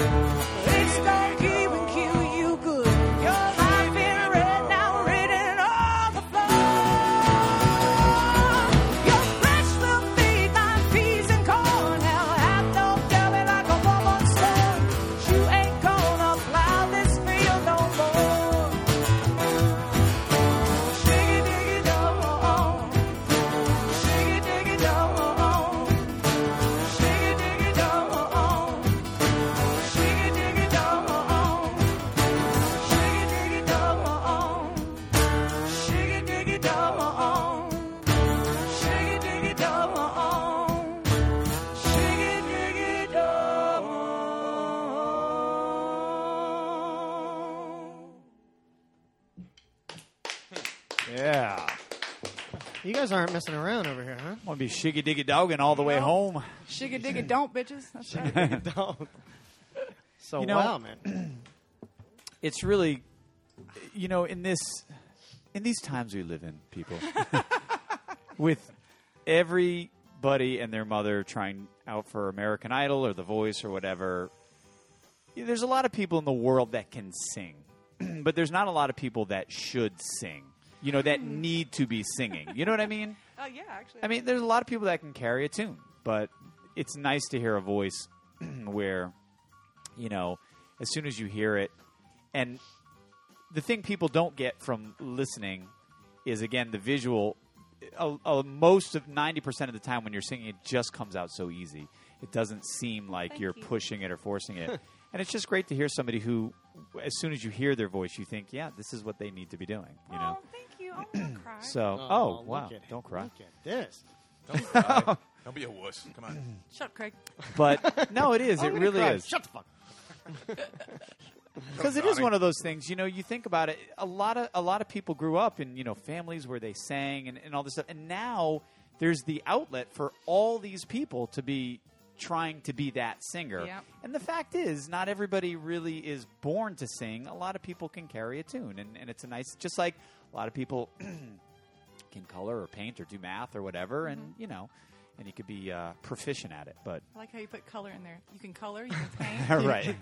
G: It's donkey will kill you good. Your life in red now written on the floor. Your flesh will be my peas and corn. Hell hath no devil like a woman scorn. You ain't gonna plow this field no more. Shiggy diggy dong, shiggy diggy oh, dong. Shiggy diggy dong, shiggy diggy dong, shiggy diggy dong, shiggy diggy dong, shiggy diggy dong, shiggy diggy dong.
E: Yeah.
D: You guys aren't messing around over here, huh?
E: want to be shiggy diggy dogging all the way home.
C: Shigga digga don't, bitches. That's right.
D: Don't. So
E: You know-
D: wow, [clears throat] man.
E: It's really, you know, in this, in these times we live in, people, with everybody and their mother trying out for American Idol or The Voice or whatever. yeah, There's a lot of people in the world that can sing, [clears throat] but there's not a lot of people that should sing. You know, that need to be singing. You know what I mean?
C: Oh, yeah, actually.
E: I mean, there's a lot of people that can carry a tune, but it's nice to hear a voice [clears throat] where, you know, as soon as you hear it, and the thing people don't get from listening is again the visual. Uh, uh, most of ninety percent of the time when you're singing, it just comes out so easy. It doesn't seem like you're pushing it or
D: [laughs]
E: forcing it, and it's just great to hear somebody who, as soon as you hear their voice, you think, yeah, this is what they need to be doing. You know.
C: Oh, thank you. I'm going to cry.
E: So, oh,
D: look
E: wow,
D: at him.
E: don't cry.
D: Look at this.
F: Don't cry. Don't be a wuss. Come on.
C: Shut up, Craig.
E: But no, it is. it
D: I'm gonna
E: really
D: cry.
E: is.
D: Shut the fuck. up.
E: because it is
F: Donnie.
E: one of those things. You know, you think about it. A lot of a lot of people grew up in you know families where they sang and, and all this stuff, and now there's the outlet for all these people to be trying to be that singer.
C: Yep.
E: And the fact is, not everybody really is born to sing. A lot of people can carry a tune, and, and it's a nice. Just like a lot of people [clears throat] can color or paint or do math or whatever, and you know, and you could be uh, proficient at it. But
C: I like how you put color in there. You can color, you can paint,
E: [laughs] right,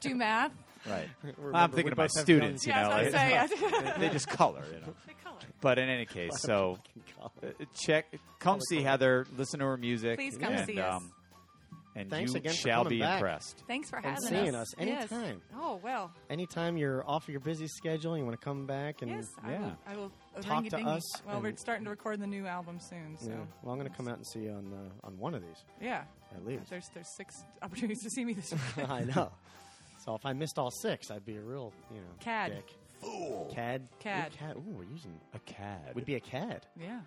C: do
D: [laughs]
C: math.
E: right. I'm
D: Remember,
E: thinking
D: we
E: about
D: both have guns.
E: students. You
C: Yeah,
E: know,
C: I was
E: like-
C: about to [laughs] say. I-
E: [laughs] they just color, you know.
C: the color.
E: But in
D: [laughs]
E: any case, so uh, check, come see Heather, listen to her music.
C: Please come
E: and,
C: see us.
E: Um, and
D: Thanks
E: you
D: again for
E: shall
D: coming
E: be
D: back.
E: impressed.
C: Thanks for
D: And
C: having
D: seeing
C: us.
D: us anytime.
C: Yes. Oh, well.
D: Anytime you're off of your busy schedule, and you want to come back and
C: Yes, I
E: Yeah.
C: will. I will uh,
D: Mm, Talk
C: ringy
D: to
C: dingy.
D: us
C: Well, we're
D: and-
C: starting to record the new album soon, so
D: Yeah. Well, I'm going to come out and see you on uh, on one of these
C: yeah.
D: at least.
C: There's there's six opportunities to see me
D: [laughs]
C: this week.
D: I know. So if I missed all six, I'd be a real you know
C: Cad.
D: dick. fool, cad,
C: Cad.
D: Ooh, cad. Ooh, we're using.
E: A cad.
D: Would be a cad.
C: yeah,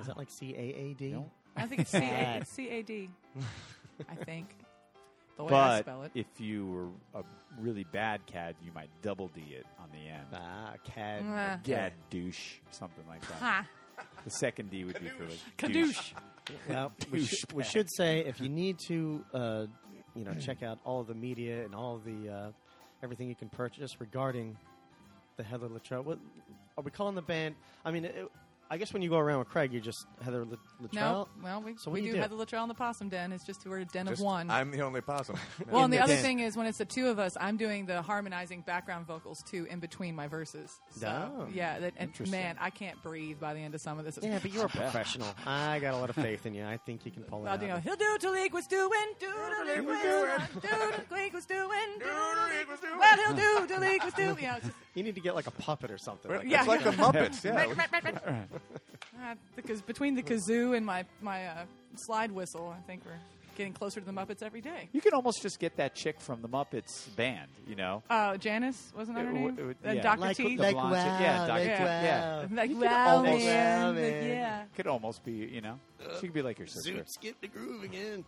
D: Is that like C A A D?
E: No.
C: I think it's C A
D: Cad.
C: C A D. I think the way I
E: but
C: spell it.
E: if you were a really bad cad, you might double D it on the end.
D: Ah, cad.
C: Mwah.
E: Cad douche, something like that.
C: Ha.
E: the second D would be for like douche.
C: Kadoosh.
D: [laughs] Well, we, sh- we should say if [laughs] you need to, uh, you know, check out all of the media and all of the uh, everything you can purchase regarding the Heather Latrell. What are we calling the band? I mean, it, I guess when you go around with Craig, you're just Heather La- Latrell.
C: No, well, we,
D: So what
C: we
D: do you
C: do,
D: do?
C: have the Latrell and the Possum Den. It's just we're a den
F: Just-
C: of one.
F: I'm the only possum.
C: well, and the,
D: the
C: other
D: den.
C: thing is when it's the two of us, I'm doing the harmonizing background vocals too in between my verses. So,
D: Oh.
C: yeah, that, and
E: Interesting.
C: man, I can't breathe by the end of some of this.
D: [laughs] Yeah,
C: [laughs]
D: but you're a professional. I got a lot of faith in you. I think you can pull it
C: Well,
D: out.
C: you know, he'll do to league was doing, do to league was doing, do to league was doing, do to league was doing. Well, he'll do to league was doing. You know, it's just,
D: [laughs] You need to get like a puppet or something. Like,
C: yeah.
F: It's
C: [laughs]
F: like the Muppets. Yeah.
C: Right, right, right, right. Uh, because between the kazoo and my my uh, slide whistle, I think we're getting closer to the Muppets every day.
E: You can almost just get that chick from the Muppets band, you know?
C: Uh, Janice wasn't that her name? Uh, Dr.
D: Like-
C: T.
D: like
E: blonde chick. Yeah,
D: wow,
E: Dr.
D: like
E: T. Yeah.
D: wow.
C: Like,
E: You could
C: wow,
E: almost-
C: man.
D: Wow,
C: but
D: man.
C: Yeah.
E: Could almost be, you know? She could be like your sister.
D: Zoot, skip the groove [laughs] again.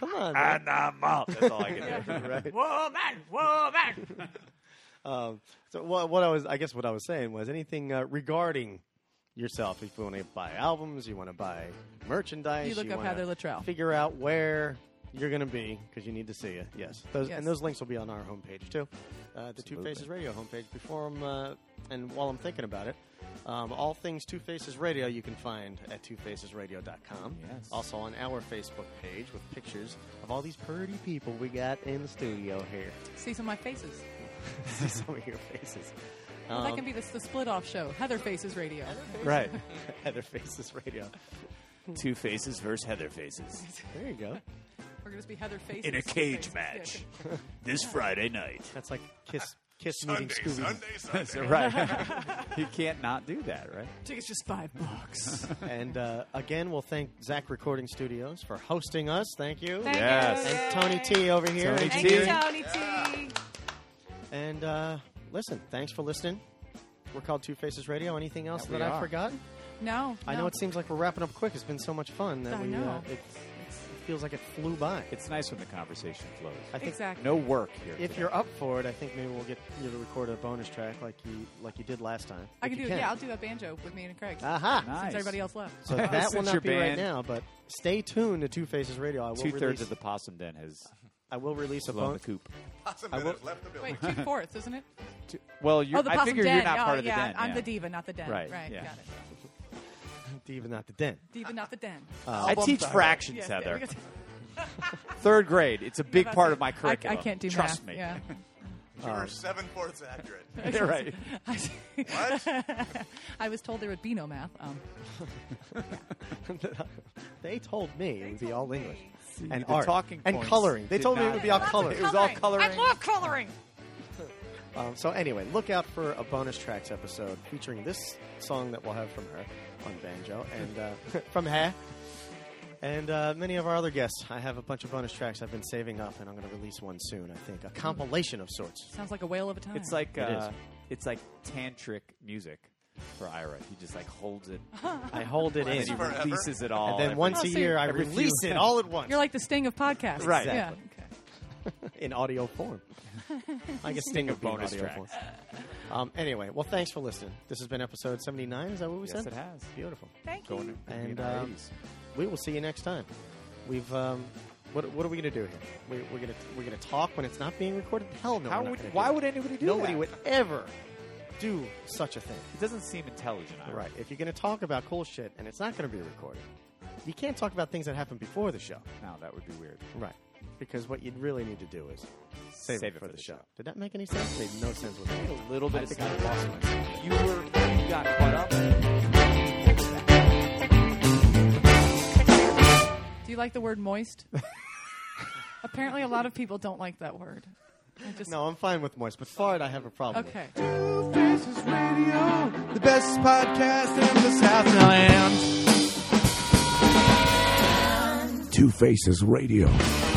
D: Come on, man.
E: And I'm out. That's all
C: [laughs]
E: I can do.
C: Woman, woman.
D: Um, so what, what I was, I guess, what I was saying was anything uh, regarding yourself. If you want to buy albums, you want to buy merchandise.
C: You look up
D: wanna
C: Heather Luttrell.
D: Figure out where you're going to be because you need to see it. Yes, those
C: Yes.
D: and those links will be on our homepage too, uh, the Two Faces Radio homepage. Before I'm, uh, and while I'm thinking about it. Um, all things Two Faces Radio you can find at twofacesradio.com.
E: Yes.
D: Also on our Facebook page with pictures of all these pretty people we got in the studio here. [laughs]
C: See some of my faces.
D: See some of your faces.
C: Well,
E: Um,
C: that can be the, the split off show. Heather Faces Radio.
D: [laughs]
E: Right.
D: Heather Faces Radio.
E: Two faces versus Heather faces.
D: There you go.
C: We're going to be Heather Faces.
E: In a cage
C: Faces.
E: match. [laughs] This Friday night.
D: That's like Kiss Kiss meeting
F: Sunday,
D: Scooby.
F: Sunday, Sunday.
E: right. [laughs] you can't not do that, right?
C: Tickets just five
E: [laughs]
C: bucks.
D: And uh, again, we'll thank Zach Recording Studios for hosting us. Thank you.
C: Thank
E: Yes.
C: you.
D: And Tony T over here.
E: Tony
C: Thank you,
E: T.
C: Tony T.
D: And uh, listen, thanks for listening. We're called Two Faces Radio. Anything else
E: Yeah, we
D: that I've
E: are.
D: forgotten?
C: No,
D: I
C: no.
D: know it seems like we're wrapping up quick. It's been so much fun that
C: I
D: we. Uh,
C: know.
D: it's,
C: It's-
D: feels like it flew by.
E: It's nice when the conversation flows.
D: I think
C: Exactly.
E: No work here.
D: if
E: today.
D: you're up for it, I think maybe we'll get you to record a bonus track like you like you did last time.
C: I
D: If
C: can do
D: you
C: it. Yeah, I'll do that banjo with me and Craig.
D: Aha!
E: Ah, Nice.
C: Since everybody else left.
E: [laughs]
D: So that will
E: Since
D: not
E: your
D: be right
E: band-
D: now, but stay tuned to Two Faces Radio. I will
E: Two thirds
D: release,
E: of the possum den has
D: I will release a
E: blown
D: bonus.
E: the coop.
F: Possum
D: I
F: Den
D: will-
F: has left the building.
C: Wait, two fourths, isn't it?
E: Two- Well, you're,
C: oh, the
E: I
C: possum
E: figure
C: den.
E: you're not
C: oh,
E: part of
C: yeah,
E: the den.
C: I'm
E: yeah.
C: the diva, not the den.
E: Right,
C: Right.
E: yeah.
C: Got it.
D: Even not the
E: [laughs]
D: den.
C: Diva, not the den.
E: I teach fractions,
C: Yes,
E: Heather.
C: yeah,
E: [laughs]
C: because-
E: Third
C: [laughs]
E: grade. It's a big
C: about
E: part
C: to-
E: of my
C: I-
E: curriculum.
C: I can't do
E: Trust
C: math,
E: me. [laughs]
C: yeah.
F: You were seven fourths accurate.
E: You're right.
C: I was told there would be no math. Um,
D: [laughs] they told me it would be all English and
E: the
D: art
E: talking
D: and
E: points
D: coloring. They
E: did
D: told me it
E: not-
D: would be all
E: Lots of
D: coloring.
E: It was all coloring.
C: I love coloring.
D: Um, so anyway, look out for a bonus tracks episode featuring this song that we'll have from her on banjo and uh, [laughs] from her and uh, many of our other guests. I have a bunch of bonus tracks I've been saving up, and I'm going to release one soon. I think a compilation of sorts.
C: Sounds like a whale of a time.
E: It's like
D: It
E: uh,
D: is.
E: it's like tantric music for Ira. He just like holds
C: [laughs]
E: it
D: I hold it
E: and he
D: in,
F: Forever.
E: releases it all.
D: and then
E: every-
D: once
C: Oh,
D: a
C: so
D: year I
E: every few-
D: release it all at once
C: You're like the sting of podcasts.
E: Right.
C: Yeah.
D: Exactly.
C: Okay.
D: in audio
E: [laughs]
D: form. I guess Sting would be in
E: bonus
D: audio
E: tracks.
D: form. Um, anyway, well, thanks for listening. This has been episode 79. Is that what we
E: Yes,
D: said?
E: it has.
D: Beautiful.
C: Thank
E: Going
C: you.
E: to-
D: And,
E: in the
D: uh,
E: 80s.
D: we will see you next time. We've um, what what are we gonna do here? We, we're gonna we're gonna talk when it's not being recorded. Hell no.
E: How
D: we're not
E: would-
D: gonna do
E: why
D: that.
E: would anybody do
D: Nobody
E: that?
D: would ever do such a thing.
E: it doesn't seem intelligent. Ira.
D: Right. If you're gonna talk about cool shit and it's not gonna be recorded, you can't talk about things that happened before the show.
E: No, that would be weird.
D: Right. Because what you'd really need to do is save, it, for, the, show. Did that make any sense? It made no sense with me.
E: A little bit.
D: I
E: of
D: think I
E: sense.
D: lost myself.
E: You were you got caught up.
C: Do you like the word moist? Apparently, a lot of people don't like that word. I just-
D: No, I'm fine with moist, but fart I have a problem. with.
C: Okay.
E: Faces Radio, the best podcast in the Southland.
J: Two Faces Radio.